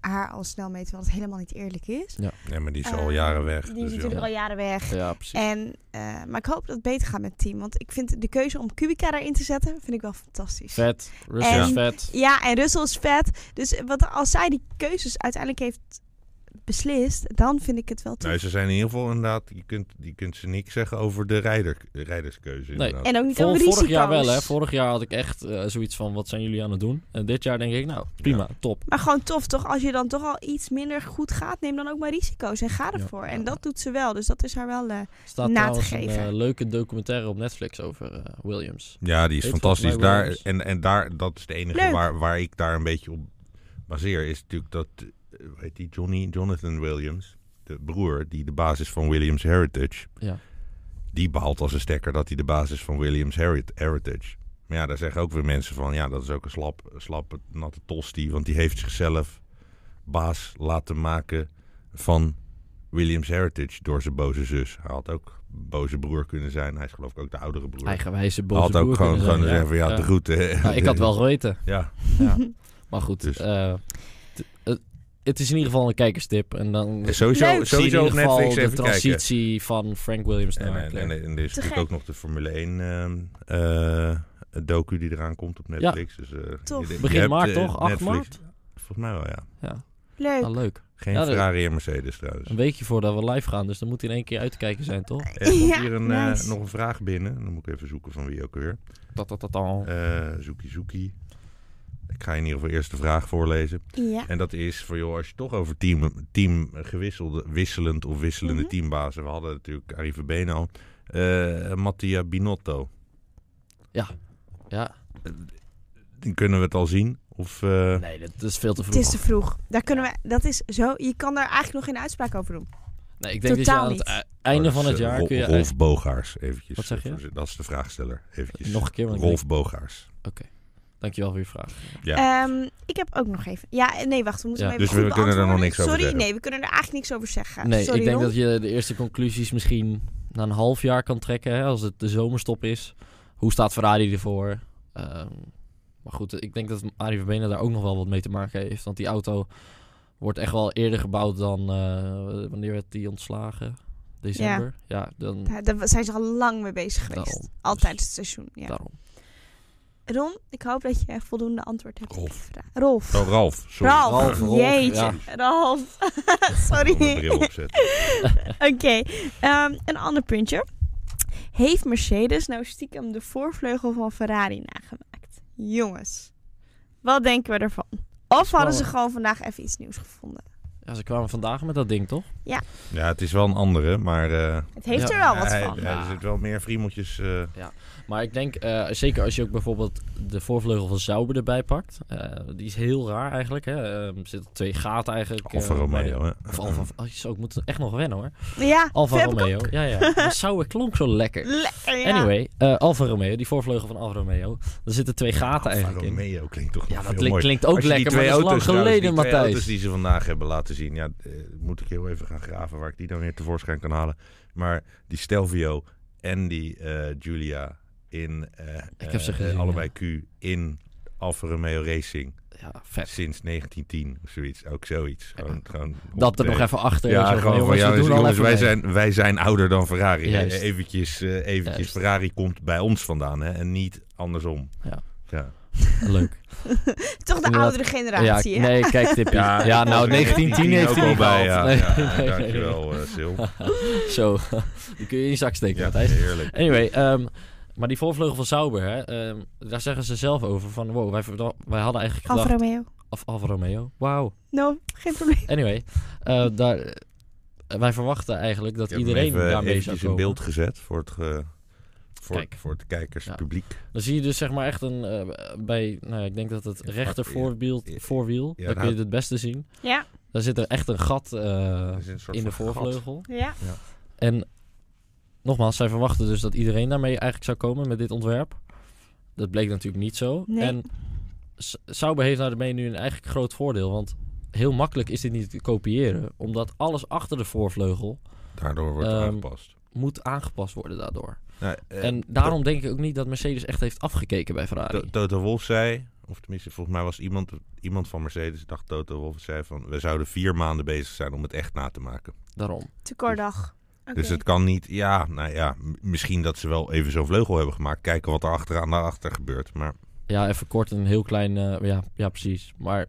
haar al snel mee, terwijl het helemaal niet eerlijk is.
Nee, maar die is al
Eh,
jaren weg.
Die is
dus ja.
natuurlijk al jaren weg.
ja, precies.
En, eh, maar ik hoop dat het beter gaat met het team. Want ik vind de keuze om Kubica daarin te zetten, vind ik wel fantastisch.
Vet. Russell is
En-
vet.
Ja, en Russell is vet. Dus wat, als zij die keuzes uiteindelijk heeft beslist, dan vind ik het wel tof.
Nou, ze zijn in ieder geval inderdaad... Je kunt, je kunt ze niks zeggen over de rijder, rijderskeuze. inderdaad.
en ook niet
Vol-
over risico's.
vorig jaar wel, hè. Vorig jaar had ik echt eh, zoiets van, wat zijn jullie aan het doen? En dit jaar denk ik, nou, prima, top.
Maar gewoon tof, toch? Als je dan toch al iets minder goed gaat, neem dan ook maar risico's en ga
Ja,
ervoor.
ja,
en dat
ja.
doet ze wel, dus dat is haar wel... eh,
Staat
Na te
trouwens een
geven.
eh, leuke documentaire op Netflix over eh, Williams.
Ja, die is
Heet
fantastisch.
volgens mij
Daar,
Williams.
en en daar, dat is de enige
Leuk.
waar, waar ik daar een beetje op baseer. Is natuurlijk dat, eh, hoe heet die, Johnny, Jonathan Williams, de broer die de basis van Williams Heritage.
Ja.
Die behaalt als een stekker dat hij de basis van Williams Heri- Heritage. Maar ja, daar zeggen ook weer mensen van, ja, dat is ook een slap, slappe, natte tosti. Want die heeft zichzelf baas laten maken van Williams Heritage door zijn boze zus. Hij had ook boze broer kunnen zijn. Hij is geloof ik ook de oudere broer.
Eigenwijze boze
Hij had ook
boer
gewoon,
kunnen
gewoon
zijn,
zeggen van ja, de groeten. hè.
Nou, ik had wel geweten.
Ja,
Ja. Maar goed,
Dus.
eh, t- eh, het is in ieder geval een kijkerstip. En dan
sowieso,
Leuk.
zie je in
sowieso op
ieder geval
Netflix
de
even kijken.
transitie van Frank Williams naar
En, en,
Claire.
en, en er is natuurlijk
gek.
ook nog de Formule 1 ehm eh, docu die eraan komt op Netflix. Dus, eh,
Tof.
je- je
Begin
hebt,
maart
eh,
toch? 8
Netflix.
maart?
Volgens mij wel, ja.
Ja,
leuk.
ah, leuk.
Geen
Ja, dat-
Ferrari en Mercedes trouwens.
Een weekje voordat we live gaan, dus dan moet hij in één keer uit te kijken zijn, toch?
Er komt
Ja,
hier een, eh,
nice.
nog een vraag binnen. Dan moet ik even zoeken van wie ook weer.
Dat, dat, dat al.
Eh zoekie, zoekie. Ik ga in ieder geval eerst de vraag voorlezen.
Ja.
En dat is voor joh, als je toch over team, team gewisselde, wisselend of wisselende
Mhm.
teambazen. We hadden natuurlijk Arie Verbeen al. eh, Mattia Binotto.
Ja.
Dan kunnen we het al zien? Of, eh,
Nee, dat is veel te
Het is
vroeg.
te vroeg. Daar kunnen we, dat is zo, je kan daar eigenlijk nog geen uitspraak over doen.
Nee, ik denk dat je
Totaal
aan het
niet.
eh, einde
dat
van
is,
het
eh,
jaar
Ro-
kun je...
Rolf Bogaars, eventjes.
Wat zeg je?
voor- Dat is de vraagsteller, eventjes.
Nog een keer, want ik
Rolf Bogaars.
Dankjewel voor je vraag.
Ja.
Ehm, ik heb ook nog even... Ja, nee, wacht, we moeten
Ja.
hem
Dus
even
we
goed
kunnen er nog
beantwoorden.
niks over
Sorry,
zeggen.
nee, we kunnen er eigenlijk niks over zeggen.
Nee,
Sorry,
ik denk
Ron.
dat je de eerste conclusies misschien na een half jaar kan trekken, hè, als het de zomerstop is. Hoe staat Ferrari ervoor? Ehm, maar goed, ik denk dat Arie Verbena daar ook nog wel wat mee te maken heeft. Want die auto wordt echt wel eerder gebouwd dan... eh, wanneer werd die ontslagen? December? Ja, dan
Daar, daar zijn ze al lang mee bezig geweest.
Daarom.
Altijd het seizoen, ja.
daarom.
Ron, ik hoop dat je voldoende antwoord hebt op
Rolf.
die vraag. Rolf.
Oh, Ralf, sorry.
Ralf,
Ralf, Rolf,
jeetje.
ja.
Ralf.
Ik wil mijn
Sorry.
bril opzetten.
Oké, ehm, een ander puntje. Heeft Mercedes nou stiekem de voorvleugel van Ferrari nagemaakt? Jongens, wat denken we ervan? Of hadden ze
Spannend.
gewoon vandaag even iets nieuws gevonden?
Ja, ze kwamen vandaag met dat ding, toch?
Ja, het is wel een andere, maar... eh,
Het heeft
Ja,
er wel wat
hij-
van.
hij- er zitten wel meer friemeltjes... eh,
Maar ik denk, eh, zeker als je ook bijvoorbeeld de voorvleugel van Sauber erbij pakt. eh, die is heel raar eigenlijk. Hè? Eh, er zitten twee gaten eigenlijk. eh,
Alfa
bij de-
Romeo, hè?
Of Alfa, oh, zo, ik moet echt nog wennen hoor.
Ja,
Alfa
Fab-
Romeo, ja ja. Maar Sauber klonk zo lekker.
Lekker, ja.
Anyway, eh Alfa Romeo, die voorvleugel van Alfa Romeo. Er zitten twee gaten
Alfa
eigenlijk in.
Romeo klinkt toch
Ja,
nog
dat
veel
klinkt-
mooier.
klinkt ook
Als je die
lekker, maar
twee
dat is lang
auto's trouwens,
geleden,
die twee auto's
Matthijs.
die ze vandaag hebben laten zien. Ja, eh, moet ik heel even gaan graven waar ik die dan weer tevoorschijn kan halen. Maar die Stelvio en die eh, Giulia in eh,
Ik heb ze
eh,
gezien,
allebei Q in Alfa Romeo Racing
Ja, vet.
sinds 1910 of zoiets. Ook zoiets. Gewoon, gewoon
Dat er
op-
nog even achter.
eh, Ja,
zo van,
gewoon van
jongens, we
ja, dus
doen al
jongens,
even
wij,
mee.
zijn, wij zijn ouder dan Ferrari. hè.
Juist.
Eventjes, eh, eventjes
Juist.
Ferrari komt bij ons vandaan hè, en niet andersom.
Ja.
ja.
Leuk.
Toch de
Inderdaad.
oudere generatie,
ja,
hè?
nee, kijk, Tippie. Ja, nou, 1910 heeft hij
ook al
niet
bij. Ja,
gehaald. Nee,
ja,
nee, nee,
dankjewel, eh, Sil.
nee. Zo, die kun je in je zak steken,
Ja,
Matthijs.
heerlijk.
Anyway, ehm, maar die voorvleugel van Sauber, hè, ehm, daar zeggen ze zelf over van... Wow, wij, verda- wij hadden eigenlijk
Alfa
gedacht...
Romeo.
Of Alfa Romeo. Wauw.
No, geen probleem.
Anyway, eh, daar, eh, wij verwachten eigenlijk dat
Ik heb hem
iedereen
even,
daarmee zou
eventjes
komen.
in beeld gezet voor het, ge- voor,
Kijk.
voor het kijkerspubliek.
Dan zie je dus zeg maar echt een... eh, bij, nou, ja, ik denk dat het
Ja,
rechter
ja.
voorwiel,
Ja,
voorwiel
ja,
daar kun
nou-
je het het beste zien.
Ja,
Daar zit er echt een gat eh,
Er is een soort
in de
van gat.
voorvleugel.
ja.
En nogmaals, zij verwachten dus dat iedereen daarmee eigenlijk zou komen met dit ontwerp. Dat bleek natuurlijk niet zo.
Nee.
En S- Sauber heeft daarmee nu een eigenlijk groot voordeel. Want heel makkelijk is dit niet te kopiëren. Omdat alles achter de voorvleugel
Daardoor wordt het
Ehm,
aangepast.
moet aangepast worden daardoor.
Nou, eh,
en daarom denk ik ook niet dat Mercedes echt heeft afgekeken bij Ferrari.
To- Toto Wolff zei, of tenminste volgens mij was iemand, iemand van Mercedes, ik dacht Toto Wolff, zei van we zouden vier maanden bezig zijn om het echt na te maken.
Daarom.
Tekortdag. Oké.
Dus het kan niet, ja, nou ja, m- misschien dat ze wel even zo'n vleugel hebben gemaakt, kijken wat er achteraan daarachter gebeurt. Maar
Ja, even kort een heel klein... eh, ja, ja, precies. Maar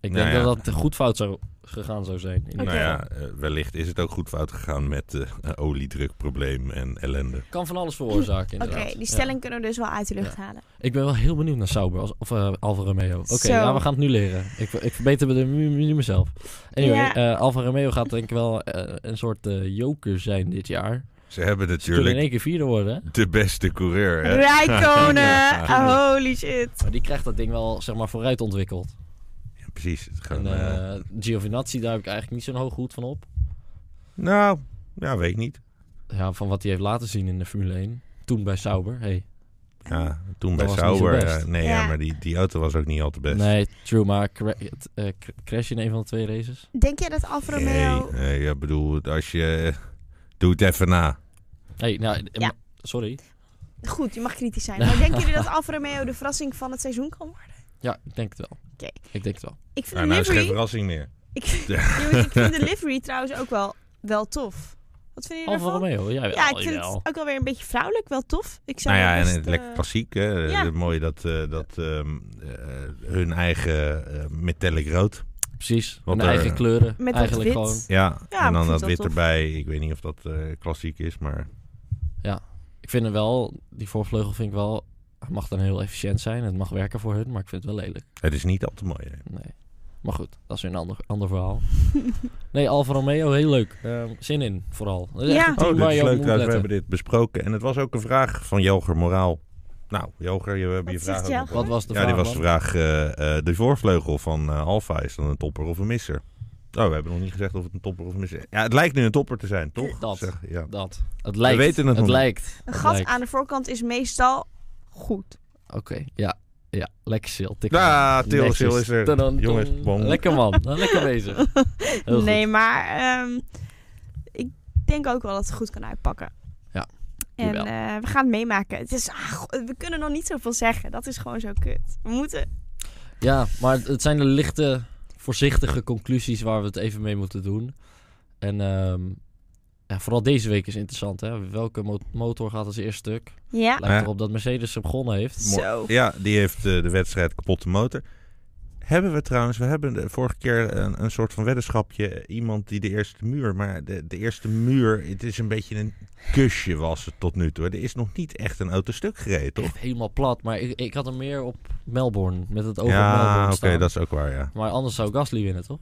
ik denk
Nou ja.
dat dat goed fout zou gegaan zou zijn. in ieder
Oké.
nou
geval.
ja, eh, wellicht is het ook goed fout gegaan met eh, oliedrukprobleem en ellende.
Kan van alles veroorzaken
Oké,
inderdaad.
die
Ja.
stelling kunnen we dus wel uit de lucht halen.
Ik ben wel heel benieuwd naar Sauber als, of eh, Alfa Romeo. Oké,
Zo.
ja, we gaan het nu leren. Ik, ik verbeter me de- nu, nu mezelf. Anyway,
Ja.
eh, Alfa Romeo gaat denk ik wel eh, een soort eh, joker zijn dit jaar.
Ze hebben
Ze kunnen in
natuurlijk
één keer vierde worden. hè?
de beste coureur. hè?
Rijkonen! Oh,
Ja,
holy shit.
Maar die krijgt dat ding wel zeg maar vooruit ontwikkeld.
precies. Het gaan,
En
eh,
eh, Giovinazzi, daar heb ik eigenlijk niet zo'n hoog goed van op.
nou, ja, weet ik niet.
Ja, van wat hij heeft laten zien in de Formule 1. Toen bij Sauber. Hey.
Ja, toen
Dat
bij
was niet zo
Sauber.
best.
eh, nee, ja.
Ja.
maar die, die auto was ook niet al te best.
Nee, true, maar cra- het, eh, cr- crash in een van de twee races.
Denk jij dat Alfa Romeo...
Nee, nee, ik bedoel, als je... eh, Doe het even na.
Hey, nou, eh,
Ja.
sorry.
Goed, je mag kritisch zijn. Maar denken jullie dat Alfa Romeo de verrassing van het seizoen kan worden?
Ja, ik denk het wel.
Oké.
Ik denk het wel.
Ik vind,
Nou,
de,
nou is geen
livery,
verrassing meer.
ik, Jongens, ik vind de livery trouwens ook wel, wel tof. Wat vinden jullie
Alfa
ervan?
Romeo, Oh, ja,
Ja, ik vind het ook wel weer een beetje vrouwelijk, wel tof. Ik zou
Nou ja,
wel
en
best,
het
eh,
lekker klassiek. Hè?
ja.
Het mooie dat, eh, dat ehm, eh, hun eigen eh, metallic rood.
Precies.
Want
Hun
er-
eigen kleuren.
Met dat
eigenlijk
wit.
gewoon.
Ja,
Ja,
en
ik
dan
vind
dat
dat
wit
tof.
erbij. Ik weet niet of dat eh, klassiek is, maar...
Ik vind hem wel, die voorvleugel vind ik wel. Hij mag dan heel efficiënt zijn. Het mag werken voor hun, maar ik vind het wel lelijk.
Het is niet al te mooi. hè.
Nee. Maar goed, dat is weer een ander, ander verhaal. nee, Alfa Romeo, heel leuk. Ehm, zin in, vooral. Dat is
Ja.
echt een team
Oh, dit
waar
is
je op
leuk trouwens.
moet
We
letten.
hebben dit besproken. En het was ook een vraag van Jelger Moraal. Nou, Jelger, je, we hebben
Wat
je vraag
zegt
ook
Jelger?
nog.
Wat was de
ja,
vraag?
dit was de
man?
vraag. eh, eh, de voorvleugel van eh Alfa is dan een topper of een misser? Oh, we hebben nog niet gezegd of het een topper of een misser is. Ja, het lijkt nu een topper te zijn, toch?
Dat.
Zeg, ja.
Dat. Het lijkt.
weten het nog niet.
lijkt.
Een
Het
gat
lijkt.
aan de voorkant is meestal goed.
Oké, ja. Ja, lekker Sil. Tik
Ja,
hem.
Ah, Til,
Netjes.
Sil is er.
Tadam,
Jongens,
tadam.
bom.
Lekker man. Nou, Lekker bezig. Heel goed.
nee, maar ehm, ik denk ook wel dat het goed kan uitpakken.
Ja,
En
jawel.
eh, we gaan het meemaken. Het is, ah, go- we kunnen nog niet zoveel zeggen. Dat is gewoon zo kut. We moeten...
Ja, maar het zijn de lichte, voorzichtige conclusies waar we het even mee moeten doen. En ehm, ja, vooral deze week is interessant. Hè? Welke mo- motor gaat als eerste stuk?
Ja,
Lijkt
Ja.
erop dat Mercedes hem begonnen heeft.
Mooi.
zo.
Ja, die heeft eh, de wedstrijd kapotte motor. Hebben we trouwens, we hebben de vorige keer een, een soort van weddenschapje. Iemand die de eerste muur, maar de, de eerste muur, het is een beetje een kusje was het tot nu toe. Er is nog niet echt een auto stuk gereden, toch?
Echt helemaal plat. Maar ik, ik had hem meer op Melbourne. Met het oog op
ja,
Melbourne
oké,
staan.
dat is ook waar, ja.
Maar anders zou Gasly winnen, toch?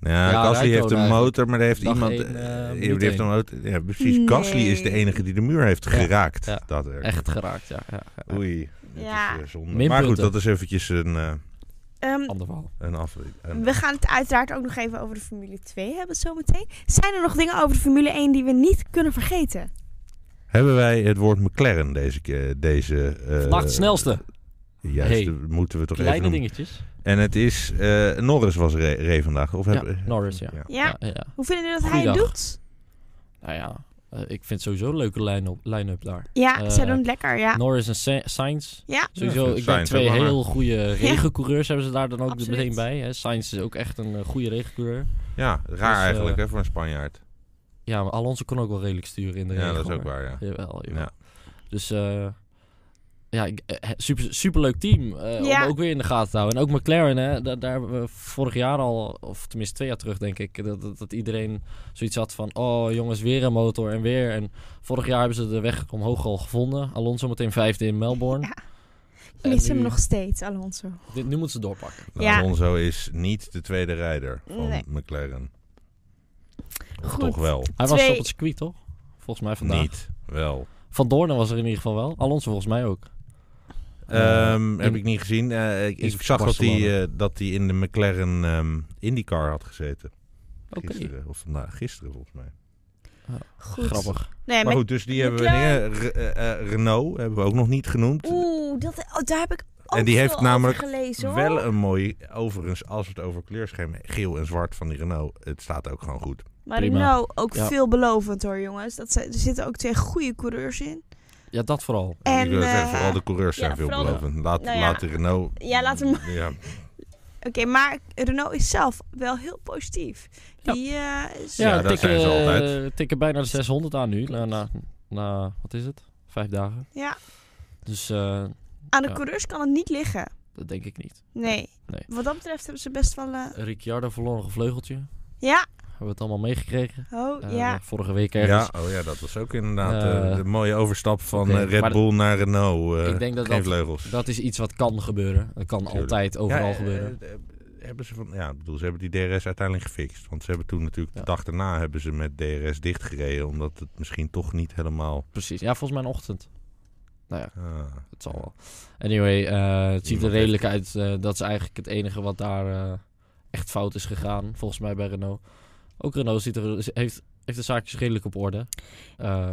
Ja,
Ja,
Gasly heeft
Rijkonen
een motor, maar daar heeft
Dag
iemand...
één,
eh,
eh,
die
minuut
heeft
één.
een motor, ja, precies.
Nee.
Gasly is de enige die de muur heeft
Ja,
geraakt.
ja.
Dat er.
Echt geraakt, ja. ja, ja.
Oei, dat
Ja.
is eh, zonde.
Minpunten.
Maar goed, dat is eventjes een, eh,
Ehm,
Ander verhaal.
een aflevering. een-
we gaan het uiteraard ook nog even over de Formule 2 hebben zometeen. Zijn er nog dingen over de Formule 1 die we niet kunnen vergeten?
Hebben wij het woord McLaren deze keer? Deze, eh,
Vandaag de snelste.
Juist,
Hey,
dat moeten we toch even
Kleine
noemen.
dingetjes.
En het is... eh, Norris was re, re vandaag. Of
Ja,
hebben-
Norris, ja.
Ja.
Ja, ja.
Hoe vinden jullie dat hij het
Goeiedag.
doet?
Nou ja, eh, ik vind sowieso een leuke line-up, line-up daar.
Ja,
Eh,
zij doen het lekker, ja.
Norris en Sa- Sainz.
Ja.
Sowieso,
Ja,
ik denk
Sainz
twee
ook wel,
heel goede regencoureurs hebben ze daar dan ook
Absoluut.
meteen bij. Hè. Sainz is ook echt een eh, goede regencoureur.
Ja, raar
Dus, eh,
eigenlijk hè, voor een Spanjaard.
Ja, maar Alonso kon ook wel redelijk sturen in de
Ja,
regen.
dat is ook
hoor.
waar, ja.
Jawel, jawel.
Ja.
Dus eh, ja, ik- eh, super, superleuk team eh,
Ja.
om ook weer in de gaten te houden. En ook McLaren, hè, da- daar hebben we vorig jaar al, of tenminste twee jaar terug denk ik, dat, dat, dat iedereen zoiets had van, oh jongens, weer een motor en weer. En vorig jaar hebben ze de weg omhoog al gevonden. Alonso meteen vijfde in Melbourne.
Ja. Ik
En
mis hem
nu-
nog steeds, Alonso.
Dit, nu moeten ze doorpakken.
Nou,
Ja.
Alonso is niet de tweede rijder van
Nee.
McLaren. Of
Goed.
Toch wel.
Hij was
Twee-
op het circuit, toch? Volgens mij vandaag.
Niet. Wel.
Van Doornen was er in ieder geval wel. Alonso volgens mij ook. Eh,
Ehm, heb
in-
ik niet gezien. Eh, ik,
in
ik zag dat hij,
Barcelona.
eh, dat hij in de McLaren ehm, IndyCar had gezeten.
Oké.
Gisteren, of vandaag. Gisteren volgens mij.
Goed.
Grappig.
Nee,
maar
maar-
goed, dus die hebben we
McLaren.
dingen. Re- eh, eh, Renault hebben we ook nog niet genoemd.
Oeh, dat, oh, daar heb ik ook
En die heeft
veel over
namelijk
gelezen, hoor.
Wel een mooi, overigens, als we het over kleurschermen, geel en zwart van die Renault, het staat ook gewoon goed.
Maar
Prima.
Renault ook
Ja.
veelbelovend hoor, jongens. Dat zijn, er zitten ook twee goede coureurs in.
Ja, dat vooral.
En,
ik wil zeggen,
eh,
vooral de coureurs zijn
ja,
veelbelovend. Laat,
nou ja.
laat de Renault...
Ja, laat hem-
Ja,
Oké, maar Renault is zelf wel heel positief.
Ja.
Die eh, is-
Ja, dat zijn ze altijd.
eh, tikken bijna de 600 aan nu. Na, na, na, wat is het? Vijf dagen.
ja.
Dus eh,
aan de
Ja.
coureurs kan het niet liggen.
dat denk ik niet.
Nee.
Nee.
Wat dat betreft hebben ze best wel... eh,
Ricciardo verloren gevleugeltje.
Ja,
Hebben we het allemaal meegekregen.
oh,
Eh,
ja.
Vorige week ergens.
ja, oh ja, dat was ook inderdaad
Eh,
eh, de mooie overstap van
oké,
eh, Red
maar
Bull naar Renault. eh,
ik denk dat
geen
dat,
vleugels.
dat is iets wat kan gebeuren. Dat kan
Tuurlijk.
altijd overal
Ja, eh,
gebeuren.
eh, eh, hebben ze van, ja, ik bedoel, ze hebben die DRS uiteindelijk gefixt. Want ze hebben toen natuurlijk
Ja.
de dag daarna hebben ze met DRS dichtgereden. Omdat het misschien toch niet helemaal...
Precies. Ja, volgens mij een ochtend. Nou ja,
ah,
het zal wel. Anyway, eh, het ziet er
Niemand
redelijk uit. eh, dat is eigenlijk het enige wat daar eh, echt fout is gegaan. Volgens mij bij Renault. Ook Renault ziet er, heeft, heeft de zaakjes redelijk op orde. Eh,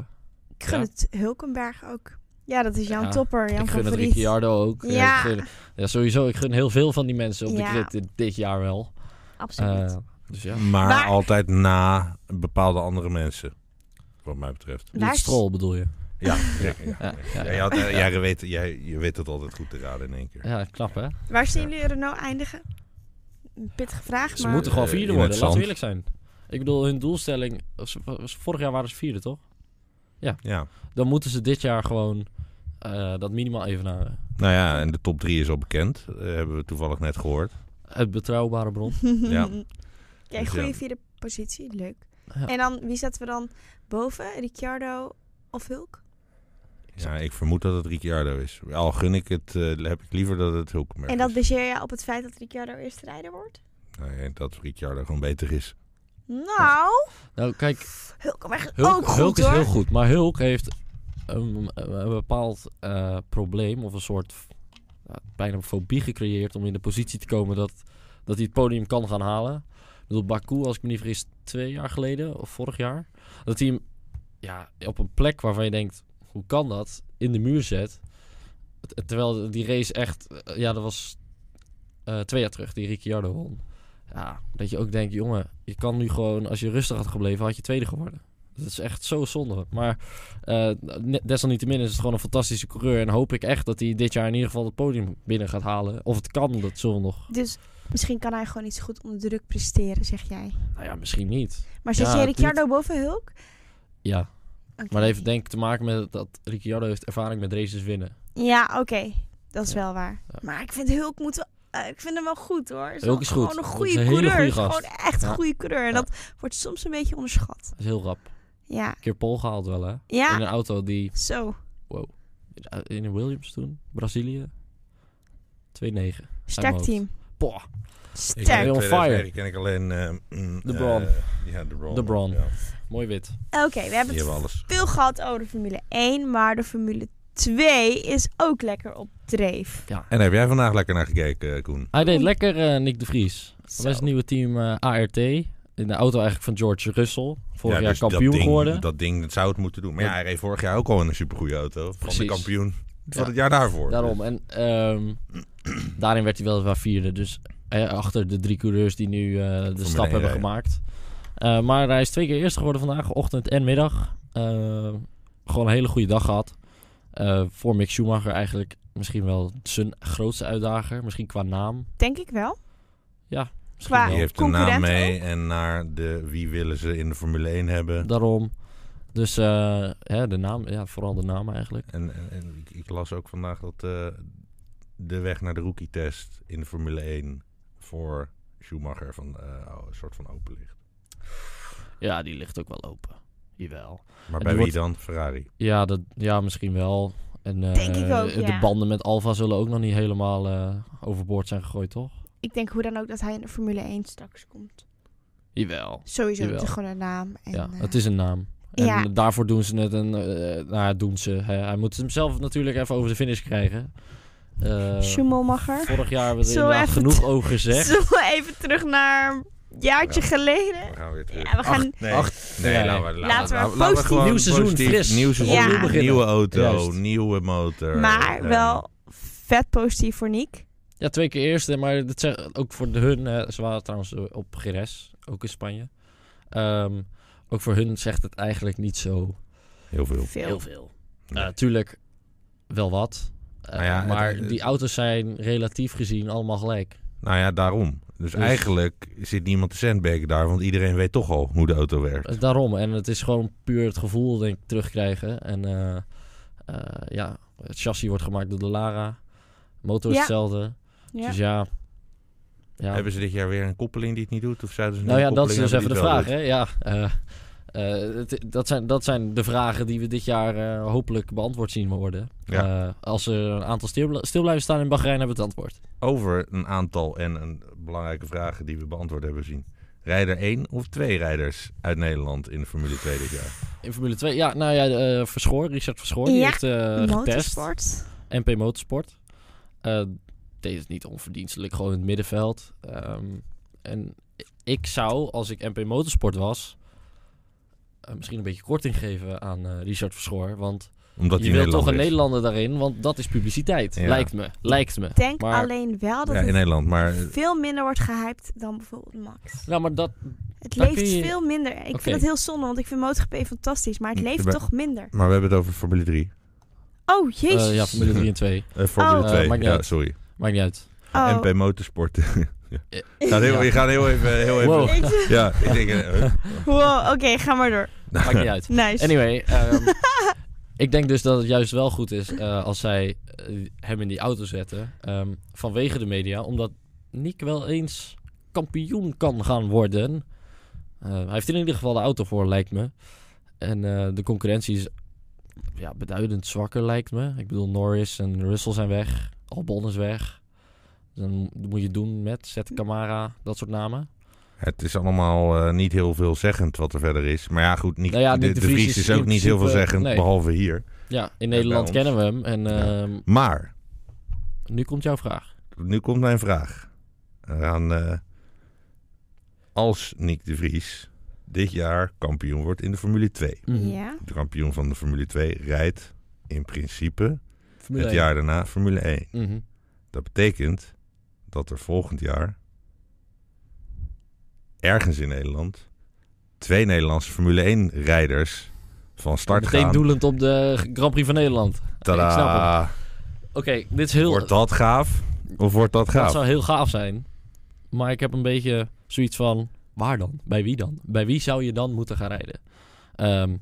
Ik gun
ja.
het Hulkenberg ook. Ja, dat is jouw
Ja,
topper, jouw
ik gun het
favoriet.
Ricciardo ook. Eh,
Ja.
ik gun- ja, sowieso. Ik gun heel veel van die mensen op de
Ja.
grid dit, dit jaar wel.
Absoluut.
Eh, dus ja,
Maar,
Maar-
altijd na bepaalde andere mensen. Wat mij betreft.
Waar
Ruud Strol bedoel je.
Ja, ja, ja,
Ja,
ja.
ja,
Jij had- eh, jij weet, jij, je weet het altijd goed te raden in één keer.
Ja, knap hè.
Waar zien jullie Renault eindigen? Een pittige vraag,
Ze
maar...
moeten gewoon
eh,
vierde
in
worden,
het
laten we
zand.
eerlijk zijn. Ik bedoel, hun doelstelling... was- was- Vorig jaar waren ze vierde, toch?
Ja.
Dan moeten ze dit jaar gewoon eh, dat minimaal evenaren.
Nou ja, en de top drie is al bekend. Eh, hebben we toevallig net gehoord.
Uit betrouwbare bron.
Ja.
Kijk,
Dus
goede
ja.
vierde positie, leuk.
Ja.
En dan, wie zetten we dan boven? Ricciardo of Hulk?
Ja, ik vermoed dat het Ricciardo is. Al gun ik het, eh, heb ik liever dat het Hulkenberg
En dat
is.
baseer je op het feit dat Ricciardo eerste rijder wordt?
Nee, dat Ricciardo gewoon beter is.
Nou,
Nou, kijk,
Hulkenberg is
Hulk,
ook goed
Hulk is
hoor.
heel goed. Maar Hulk heeft een, een bepaald eh, probleem of een soort ja, bijna een fobie gecreëerd om in de positie te komen dat, dat hij het podium kan gaan halen. Ik bedoel, Baku, als ik me niet vergis, twee jaar geleden of vorig jaar. Dat hij hem ja, op een plek waarvan je denkt, hoe kan dat, in de muur zet. T- Terwijl die race echt, eh, ja, dat was eh, twee jaar terug, die Ricciardo won. Ja, dat je ook denkt, jongen, je kan nu gewoon, als je rustig had gebleven, had je tweede geworden. Dat is echt zo zonde. Maar eh, ne- desalniettemin is het gewoon een fantastische coureur. En hoop ik echt dat hij dit jaar in ieder geval het podium binnen gaat halen. Of het kan, dat zullen we nog.
Dus misschien kan hij gewoon niet zo goed onder druk presteren, zeg jij.
Nou ja, misschien niet.
Maar zet
Ja,
je
het
Ricciardo boven Hulk?
Ja,
Oké.
maar dat heeft denk ik te maken met dat Ricciardo heeft ervaring met races winnen.
Ja, oké. Dat is wel waar.
Ja.
Maar ik vind Hulk moet wel eh, ik vind hem wel goed hoor. Is
Hulk is
gewoon
goed.
een
Dat is
goede
een hele
coureur.
goede
Is Gewoon
gast.
echt een
Ja.
goede coureur. En
Ja.
dat wordt soms een beetje onderschat.
Dat is heel rap. Een
Ja,
keer Pol gehaald wel, hè?
ja.
In een auto die...
Zo,
Wow. In een Williams toen? Brazilië? 2-9.
sterk
hoofd.
team.
Boah.
Ik ken,
Sterk.
heel-
in
On fire.
2009 ken ik alleen... de
De Bron.
ja, de Bron.
De Bron.
Ja,
Mooi wit.
Oké, we hebben
die
het
hebben alles.
veel gehad over de Formule 1. Maar de Formule 2 is ook lekker op dreef.
En daar heb jij vandaag lekker naar gekeken, eh, Koen?
Hij deed lekker, eh, Nick de Vries.
Zo.
Bij zijn nieuwe team eh, ART. In de auto eigenlijk van George Russell. Vorig
Ja,
jaar
dus
kampioen
dat ding,
geworden.
Dat ding, dat zou het moeten doen. Maar ja,
Dat-
hij reed vorig jaar ook al in een supergoeie auto. Van de
Precies.
kampioen van
Ja.
het jaar daarvoor. Dus
Daarom. En ehm, daarin werd hij weliswaar vierde. Dus eh, achter de drie coureurs die nu eh, de stap
1 rijden.
hebben gemaakt. Eh, maar hij is twee keer eerste geworden vandaag, ochtend en middag. Eh, gewoon een hele goede dag gehad. Eh, voor Mick Schumacher eigenlijk misschien wel zijn grootste uitdager. Misschien qua naam.
Denk ik wel.
Misschien
Qua-
Die
wel.
heeft een naam
Concurrent
mee en naar de wie willen ze in de Formule 1 hebben.
Daarom. Dus eh, hè, de naam, ja, vooral de naam eigenlijk.
En, en, en ik, ik las ook vandaag dat eh, de weg naar de rookie-test in de Formule 1 voor Schumacher van, eh, oh, een soort van open ligt.
Ja, die ligt ook wel open. Jawel.
Maar
die
bij wie
wordt-
dan? Ferrari.
Ja, dat, ja misschien wel. En, eh,
Denk ik ook,
De
ja.
banden met Alfa zullen ook nog niet helemaal eh, overboord zijn gegooid, toch?
Ik denk hoe dan ook dat hij in de Formule 1 straks komt.
Jawel.
Sowieso, het
Jawel.
is gewoon een naam. En,
ja,
eh,
het is een naam. En
ja.
daarvoor doen ze het. En, eh, nou ja, doen ze. Hij, hij moet hem zelf natuurlijk even over de finish krijgen. Eh,
Schummelmacher.
vorig jaar hebben we er
Zo
inderdaad
even
genoeg over gezegd.
Zullen we even terug naar een jaartje
Ja.
geleden?
We gaan weer terug.
Eh, Ja, we gaan...
nee,
Acht-
nee,
nee.
laten we,
Laten we positief-
gewoon
Nieuw seizoen,
positief,
fris.
Nieuw seizoen,
Opnieuw
beginnen.
nieuwe auto,
Juist.
nieuwe motor.
Maar
Eh,
wel vet positief voor Niek.
Ja, twee keer eerste. Maar dat zeg, ook voor de hun. eh, ze waren trouwens eh, op Gires, ook in Spanje. Ehm, ook voor hun zegt het eigenlijk niet zo
Heel veel.
Veel.
heel veel.
Nee.
Natuurlijk wel wat. Eh,
Nou ja, het-
maar
het-
die auto's zijn relatief gezien allemaal gelijk.
Nou ja, daarom. Dus,
Dus-
eigenlijk zit niemand te zandbaggen daar, want iedereen weet toch al hoe de auto werkt.
Eh, Daarom. En het is gewoon puur het gevoel, denk ik, terugkrijgen. En eh, eh, ja, het chassis wordt gemaakt door de Lara. Motor is
Ja.
hetzelfde.
Ja.
Dus ja. ja.
Hebben ze dit jaar weer een koppeling die het niet doet? Of zouden ze
Nou
een
ja, dat is
koppeling
dus even de
hebben die
vraag.
het wel
Hè? Ja, eh, eh, het- dat, zijn, dat zijn de vragen die we dit jaar eh, hopelijk beantwoord zien worden.
Ja.
Eh, als er een aantal stil, bl- stil blijven staan in Bahrein, hebben we het antwoord.
doet? Over een aantal en een belangrijke vragen die we beantwoord hebben zien. Rijder 1 of twee rijders uit Nederland in de Formule 2 dit jaar?
In Formule 2, ja, nou ja, eh, Verschoor, Richard Verschoor, die
Ja,
heeft eh getest.
Motorsport.
MP Motorsport. Eh, deed het niet onverdienstelijk, gewoon in het middenveld. Ehm, en ik zou, als ik MP Motorsport was, eh, misschien een beetje korting geven aan eh, Richard Verschoor. Want
Omdat
je
hij
wil toch een
Nederlander
Nederlander daarin, want dat is publiciteit.
Ja.
Lijkt me, lijkt me.
Denk
Maar-
alleen wel dat
is. Ja, in
het
Nederland, maar...
veel minder wordt gehyped dan bijvoorbeeld Max.
Nou, maar dat,
Het
Daar
leeft
kun je-
veel minder. Ik
Oké.
vind het heel zonde, want ik vind MotoGP fantastisch. Maar het
Ik
leeft
ben-
toch minder.
Maar we hebben het over Formule 3.
Oh,
eh,
jezus.
ja, Formule 3 en 2,
Eh, Formule
Oh.
Eh,
2,
maakt niet
ja,
uit.
sorry.
maakt niet uit.
oh.
MP Motorsport. ja.
Eh,
Gaat heel,
ja.
Je gaat heel even... Heel even
Wow.
Ja, ik denk... eh, huh?
Wow, oké, ga maar door.
Maakt niet uit.
Nice.
Anyway, ehm, ik denk dus dat het juist wel goed is eh, als zij eh, hem in die auto zetten. ehm, vanwege de media, omdat Nick wel eens kampioen kan gaan worden. Eh, hij heeft in ieder geval de auto voor, lijkt me. En eh, de concurrentie is ja, beduidend zwakker, lijkt me. Ik bedoel, Norris en Russell zijn weg. Albon is weg. Dus Dan moet je het doen met Zet Camara, dat soort namen.
Het is allemaal eh, niet heel veelzeggend wat er verder is. Maar ja, goed, Nick,
Nou ja,
de,
Nick
de Vries is, ook
in
niet heel
principe-
veelzeggend,
nee.
behalve hier.
Ja, in
bij
Nederland
ons.
kennen we hem. En
Ja.
ehm,
Maar,
nu komt jouw vraag.
nu komt mijn vraag. Aan, eh, als Nick de Vries dit jaar kampioen wordt in de Formule 2.
Mhm.
Ja.
De kampioen van de Formule 2 rijdt in principe
Formule
het
1.
jaar daarna Formule 1.
Mhm.
Dat betekent dat er volgend jaar ergens in Nederland twee Nederlandse Formule 1 rijders van start
Meteen
gaan.
doelend op de Grand Prix van Nederland. Ik snap
Tadaa.
Oké, dit is heel...
Wordt dat gaaf? Of wordt dat
dat
gaaf?
zou heel gaaf zijn. Maar ik heb een beetje zoiets van... Waar dan? Bij wie dan? Bij wie zou je dan moeten gaan rijden? Ehm,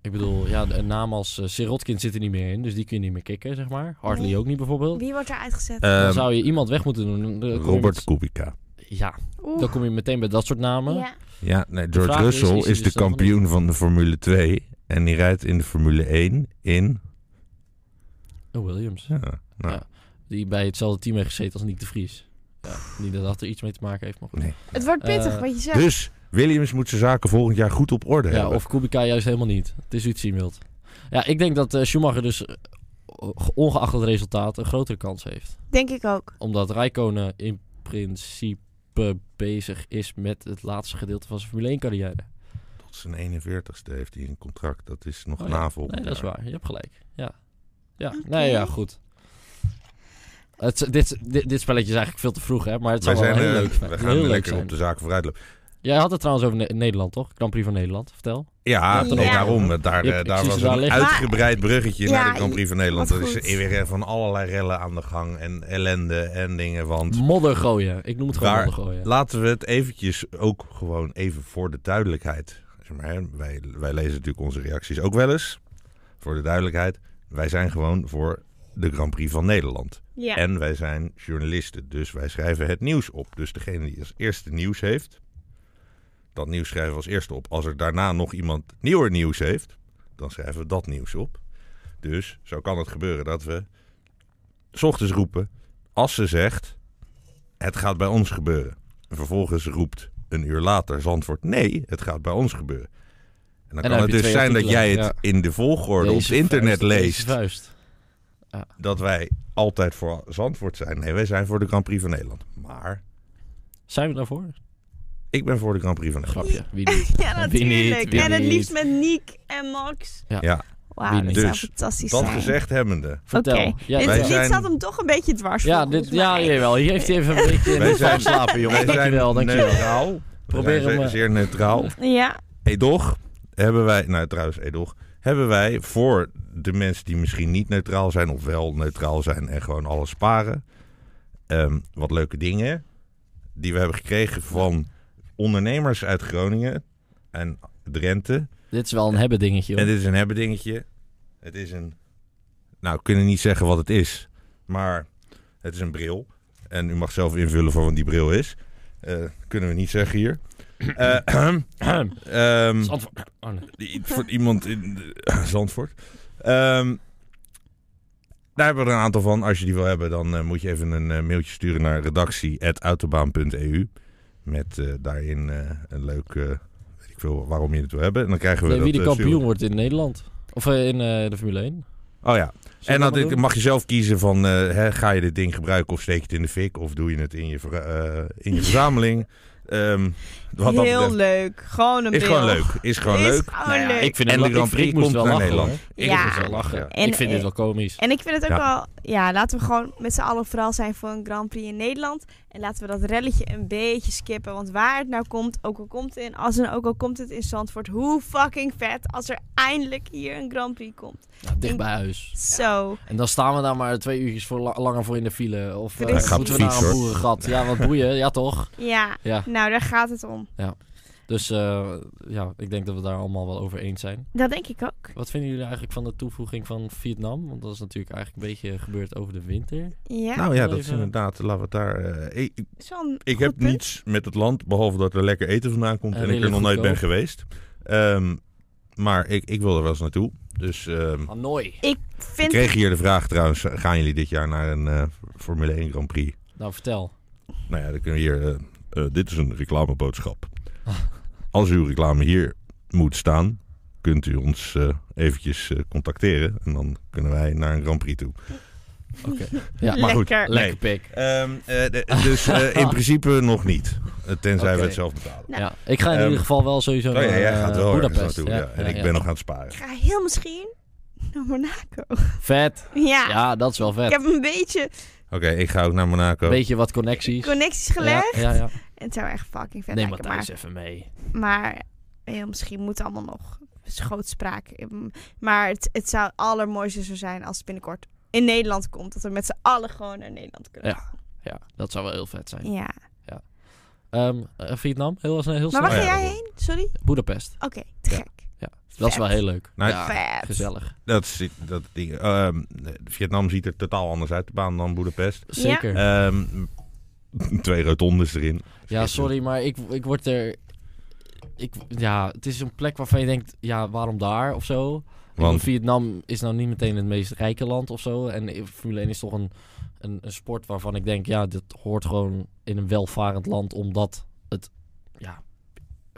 Ik bedoel, ja, een naam als eh, Sirotkin zit er niet meer in, dus die kun je niet meer kicken, zeg maar. Hartley
Nee.
ook niet bijvoorbeeld.
Wie wordt er uitgezet?
Dan
Ehm,
zou je iemand weg moeten doen. dan- dan kom je
Robert Kubica.
met- ja,
Oeh.
dan kom je meteen bij dat soort namen.
Ja.
Ja, nee,
De
George
vraag is,
Russell
is
is,
hij
de
dus dan van de-
kampioen van de Formule 2. En die rijdt in de Formule 1 in...
Oh, Williams.
Ja, nou,
Ja. Die bij hetzelfde team heeft gezeten als Nick de Vries. Ja, niet dat dat er iets mee te maken heeft, maar goed.
nee.
Het wordt pittig
Eh,
wat je zegt.
Dus Williams moet zijn zaken volgend jaar goed op orde
Ja,
hebben.
of Kubica juist helemaal niet. Het is iets zien wilt. Ja, ik denk dat eh, Schumacher dus eh, ongeacht het resultaat een grotere kans heeft.
Denk ik ook.
Omdat Raikkonen in principe bezig is met het laatste gedeelte van zijn Formule 1 carrière.
Tot zijn 41ste heeft hij een contract. Dat is nog
Oh ja.
na volgend
Nee, dat is
jaar.
waar. Je hebt gelijk. Ja. Ja,
Oké.
nee, ja, goed. Het, dit, dit, dit spelletje is eigenlijk veel te vroeg, hè? Maar het
Wij
zou wel
zijn,
heel
eh,
leuk zijn.
we
heel
gaan
leuk
lekker
zijn.
op de zaken vooruitlopen.
Jij had het trouwens over Ne- Nederland, toch? Grand Prix van Nederland, vertel.
Ja,
Ja.
nee, daarom. eh, Daar,
Je
eh,
hebt- ik
daar
zie
was
ze daar
een
liggen.
uitgebreid bruggetje
Ja,
naar de Grand Prix van Nederland.
wat
Er is
goed.
weer eh, van allerlei rellen aan de gang en ellende en dingen. Want
Modder gooien. Ik noem het gewoon
Waar-
modder gooien.
Laten we het eventjes ook gewoon even voor de duidelijkheid. Zeg maar, hè, wij, wij lezen natuurlijk onze reacties ook wel eens. Voor de duidelijkheid, wij zijn gewoon voor de Grand Prix van Nederland.
Ja.
En wij zijn journalisten, dus wij schrijven het nieuws op. Dus degene die als eerste nieuws heeft, dat nieuws schrijven we als eerste op. Als er daarna nog iemand nieuwer nieuws heeft, dan schrijven we dat nieuws op. Dus zo kan het gebeuren dat we 's ochtends roepen als ze zegt, het gaat bij ons gebeuren. En vervolgens roept een uur later Zandvoort, nee, het gaat bij ons gebeuren. En dan
En dan
kan
heb
het
je
dus
twee
zijn dat
artikelen,
jij het
ja.
in de volgorde op
Deze
het internet
vuist, deze
leest
vuist.
dat wij altijd voor Zandvoort zijn. Nee, wij zijn voor de Grand Prix van Nederland. Maar
Zijn we daarvoor?
ik ben voor de Grand Prix van Nederland.
Grapje. Wie niet?
ja,
Wie niet,
natuurlijk.
wie
en het
niet.
liefst met Nick en Max.
Ja.
Ja.
Wauw,
Wie
dat
niet.
zou
Dus,
fantastisch
Dat
zijn.
gezegd hebbende,
Vertel.
Oké.
Ja,
dit,
wij
dit
zijn-
zat hem toch een beetje dwars
ja,
volgens
dit, ja
mij.
jawel. Hier heeft hij even een beetje...
wij zijn
slapen,
wij zijn
Dankjewel, dankjewel.
neutraal.
Probeer
wij zijn
hem, eh,
zeer neutraal.
Ja,
Edoch hebben wij, nou trouwens Edoch, hebben wij voor de mensen die misschien niet neutraal zijn of wel neutraal zijn en gewoon alles sparen, ehm, wat leuke dingen die we hebben gekregen van ondernemers uit Groningen en Drenthe.
Dit is wel een hebben dingetje, hoor.
En dit is een hebben dingetje. Het is een... Nou, we kunnen niet zeggen wat het is. Maar het is een bril. En u mag zelf invullen voor wat die bril is. Eh, kunnen we niet zeggen hier. Eh, ehm, ehm,
Zandvoort. Oh, nee.
i- voor iemand in de- Zandvoort. Ehm, daar hebben we er een aantal van. Als je die wil hebben, dan eh, moet je even een eh, mailtje sturen naar redactie.autobaan.eu. E Met eh, daarin eh, een leuk... eh, weet ik veel waarom je het wil hebben. En dan krijgen we
Nee,
dat
wie de
eh, sturen.
kampioen wordt in Nederland. Of eh, in eh, de Formule 1.
Oh ja, en
dat
dan
maar doen?
mag je zelf kiezen van eh, hè, ga je dit ding gebruiken of steek je het in de fik of doe je het in je, ver- eh, in je verzameling. Ehm, wat dat
heel
betreft
leuk. Gewoon een
is
beeld.
gewoon leuk. Is gewoon
Is
leuk.
gewoon
Nou ja,
leuk.
ik vind
En
het
de
wel,
Grand
ik,
Prix
ik
komt
moest wel
naar
lachen,
Nederland.
hoor.
Ja.
Ik moest wel lachen.
En-
ik vind dit wel komisch.
En ik vind het ook
Ja.
wel... Ja, laten we gewoon met z'n allen vooral zijn voor een Grand Prix in Nederland. En laten we dat relletje een beetje skippen. Want waar het nou komt, ook al komt het in Assen, ook al komt het in Zandvoort. Hoe fucking vet als er eindelijk hier een Grand Prix komt.
Ja, Nou, dicht bij huis.
Zo.
En dan staan we daar maar twee uurtjes voor, la- langer voor in de file. Of eh,
Precies. Ik ga op
moeten
de
we naar
fiets,
een
hoor.
boerengat. Ja, wat boeien. Ja, toch?
Ja,
Ja.
nou daar gaat het om.
Dus eh, ja, ik denk dat we daar allemaal wel over eens zijn.
Dat denk ik ook.
Wat vinden jullie eigenlijk van de toevoeging van Vietnam? Want dat is natuurlijk eigenlijk een beetje gebeurd over de winter.
Ja,
Nou ja,
Wel
dat is
even-
inderdaad, laten we het daar... eh, ik ik-
zo'n
ik
goed
heb
punt.
niets met het land, behalve dat er lekker eten vandaan komt
En
en, ik er nog
redelijk
nooit ben
goedkoop.
geweest. Ehm, maar ik, ik wil er wel eens naartoe. Dus ehm,
Hanoi.
Ik
ik
vind...
kreeg hier de vraag trouwens, gaan jullie dit jaar naar een eh, Formule 1 Grand Prix?
Nou, vertel.
Nou ja, dan kunnen we hier. eh, eh, dit is een reclameboodschap. Als uw reclame hier moet staan, kunt u ons eh, eventjes eh, contacteren. En dan kunnen wij naar een Grand Prix toe.
Ja,
maar goed,
Lekker.
nee.
lekker pik.
Ehm, eh, de- dus eh, in principe nog niet. Eh, Tenzij
Oké.
we het zelf betalen.
Nou.
Ja, ik ga in
Ehm,
ieder geval wel sowieso
Oh
naar
ja, jij
eh,
gaat wel ergens
Budapest.
naartoe. Ja, En ik ben nog aan het sparen.
Ik ga heel misschien naar Monaco.
Vet.
Ah.
Ja,
Ja, dat is wel
ik
vet.
heb een beetje
Oké, ik ga ook naar Monaco.
Beetje wat connecties.
connecties gelegd.
Ja, ja, ja.
En het zou echt fucking vet
Neem
lijken. Maar,
Matthijs even mee.
maar heel misschien moet allemaal nog schootspraak. Mm, Maar het, het zou het allermooiste zo zijn als het binnenkort in Nederland komt. Dat we met z'n allen gewoon naar Nederland kunnen.
Ja, ja, dat zou wel heel vet zijn.
Ja.
Ehm, eh, Vietnam, heel, heel snel.
Maar waar
Oh
ga
ja,
jij
dat-
heen? Sorry?
Budapest.
Oké, te
Ja.
gek.
Ja. Dat is wel heel leuk.
Nou,
ja,
Vet.
gezellig.
Dat, is- dat ding. ehm, Vietnam ziet er totaal anders uit, de baan, dan Boedapest.
Zeker. Ja,
Ehm, twee rotondes erin.
sorry, maar ik, ik word er... Ik, ja, het is een plek waarvan je denkt, ja, waarom daar of zo? Want
Want
Vietnam is nou niet meteen het meest rijke land of zo. En Formule 1 is toch een, een, een sport waarvan ik denk, ja, dit hoort gewoon in een welvarend land, omdat het, ja,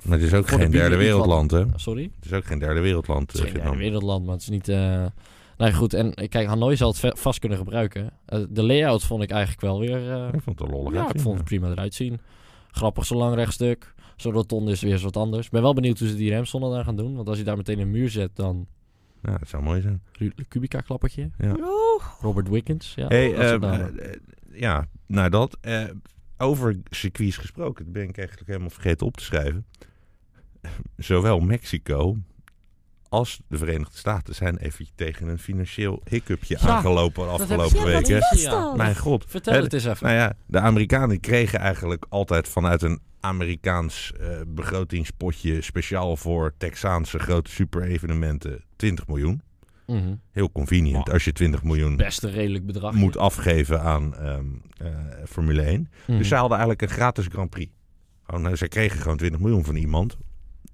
maar het is ook
voor de
geen
bieden
derde
niet wat-
wereldland, hè?
sorry.
Het is ook geen derde wereldland,
Het
eh,
is geen
Vietnam.
derde wereldland, maar het is niet... eh Nou ja, goed, en eh, kijk, Hanoi zal het ve- vast kunnen gebruiken. Eh, de layout vond ik eigenlijk wel weer... eh,
Ik vond het er lollig
ja, ik
uitzien,
vond het prima eruit zien. Grappig zo lang rechtstuk. Zo'n rotonde is weer eens wat anders. Ik ben wel benieuwd hoe ze die remzone daar gaan doen. Want als je daar meteen een muur zet, dan...
ja. dat zou mooi zijn.
Ru- Kubica klappertje.
Oeh,
Robert Wickens. Ja,
Hey,
dat soort
ehm,
namen.
eh, eh, ja, nou dat. eh, over circuits gesproken, dat ben ik eigenlijk helemaal vergeten op te schrijven. Zowel Mexico als de Verenigde Staten zijn even tegen een financieel hiccupje
Ja,
aangelopen de
dat
afgelopen
ja, wat
weken.
was
Ja.
dat?
Mijn god.
Vertel
Hey,
het eens even.
Nou ja, de Amerikanen kregen eigenlijk altijd vanuit een Amerikaans eh, begrotingspotje speciaal voor Texaanse grote superevenementen 20 miljoen.
Mhm.
Heel convenient
Wow.
als je 20 miljoen
Best een redelijk bedrag.
moet afgeven aan ehm, eh, Formule 1.
Mhm.
Dus zij hadden eigenlijk een gratis Grand Prix. Gewoon, eh, zij kregen gewoon 20 miljoen van iemand.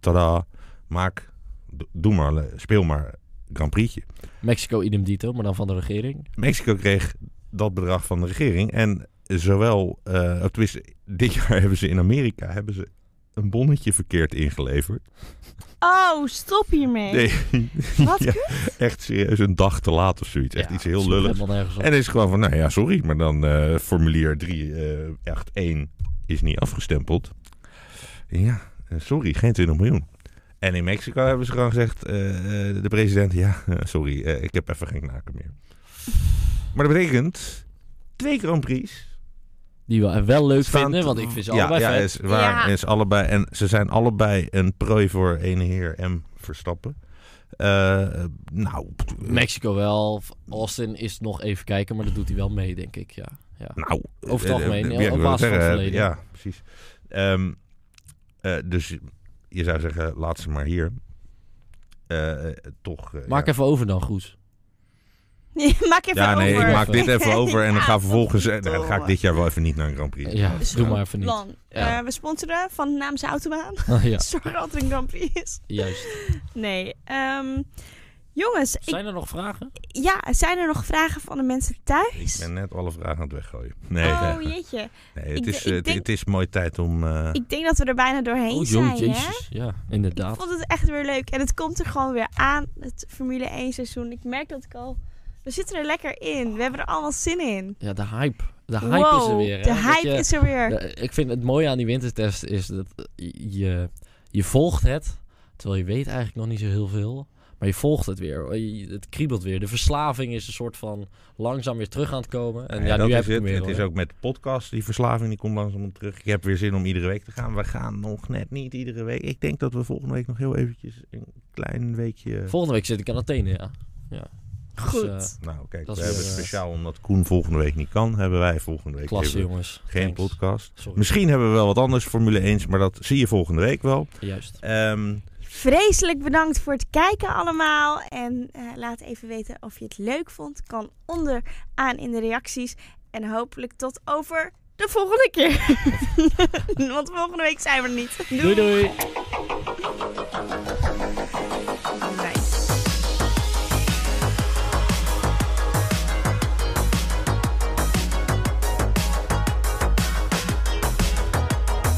Tada, maak, do- doe maar, eh, speel maar Grand Prixje.
Mexico idem dito, maar dan van de regering.
Mexico kreeg dat bedrag van de regering. En zowel, eh of tenminste, dit jaar hebben ze in Amerika hebben ze een bonnetje verkeerd ingeleverd.
Oh, stop hiermee.
Nee,
Wat
Ja, echt serieus een dag te laat of zoiets. Echt
Ja,
iets heel
slaat
lulligs.
helemaal nergens op.
En is gewoon van, nou ja, sorry, maar dan eh, formulier 381 is niet afgestempeld. Ja, eh, sorry, geen 20 miljoen. En in Mexico hebben ze gewoon gezegd, eh, eh, de president, ja, eh, sorry, eh, ik heb even geen knaken meer. Maar dat betekent twee Grand Prix.
Die we wel leuk
staan-
vinden, want ik vind ze
ja,
allebei
ja,
vet.
Is
Ja.
waar, Is allebei, en ze zijn allebei een prooi voor ene heer M. Verstappen. Eh, nou,
Mexico wel. Austin is nog even kijken, maar dat doet hij wel mee, denk ik. Ja. ja.
Nou,
Over
eh,
het algemeen,
eh,
op
ik wil
basis
het
van het
zeggen, eh,
verleden.
Ja, precies. Ehm, eh, dus je- je zou zeggen, laat ze maar hier. Eh, eh, toch. eh,
Maak
ja.
even over dan, goed.
Nee, maak even
ja, nee,
over.
ik maak dit even over en dan
Ja,
ga
dat
vervolgens.
is
eh, nee, dan
dom.
ga ik dit jaar wel even niet naar een Grand Prix.
Ja,
Dus
doe maar even niet.
Plan.
Ja.
Eh, we sponsoren van de naamse autobaan.
ja,
Zorg dat er een Grand Prix is.
juist.
Nee. ehm, jongens, ik,
Zijn er nog vragen?
ja, zijn er nog vragen van de mensen
Ik
thuis?
ben net alle vragen aan het weggooien. Nee, eh,
oh
nee,
jeetje.
nee
ik
het, is,
de- ik
eh, het,
denk-
het is mooi tijd om. eh,
Ik denk dat we er bijna doorheen
oh, joh,
zijn. Hè?
jezus. Ja,
Ik
inderdaad.
vond het echt weer leuk. En het komt er gewoon weer aan, het Formule 1 seizoen. Ik merk dat ik al... We zitten er lekker in. We hebben er allemaal zin in.
Ja, de hype. De hype
wow,
is er weer. hè?
De
Dat
hype
je-
is er weer.
Ja, ik vind het mooie aan die wintertest is dat je, je volgt het, terwijl je weet eigenlijk nog niet zo heel veel. Maar je volgt het weer. Je- Het kriebelt weer. De verslaving is een soort van langzaam weer terug aan het komen. En
nou
ja,
dat
nu heb
is
ik hem
het.
weer.
Het is
hoor.
ook met de podcast, die verslaving die komt langzaam terug. Ik heb weer zin om iedere week te gaan. We gaan nog net niet iedere week. Ik denk dat we volgende week nog heel eventjes een klein weekje.
Volgende week zit ik aan Athene, ja. ja. Dus,
Goed.
eh,
Nou, kijk,
Dat
we
is
hebben
weer, eh,
speciaal omdat Koen volgende week niet kan, hebben wij volgende week
klasse,
even
jongens.
geen
Thanks.
podcast.
Sorry.
Misschien hebben we wel wat anders, Formule 1, maar dat zie je volgende week wel.
Juist.
Ehm,
Vreselijk bedankt voor het kijken allemaal. En eh, laat even weten of je het leuk vond. Kan onderaan in de reacties. En hopelijk tot over de volgende keer. Want volgende week zijn we er niet.
Doei doei.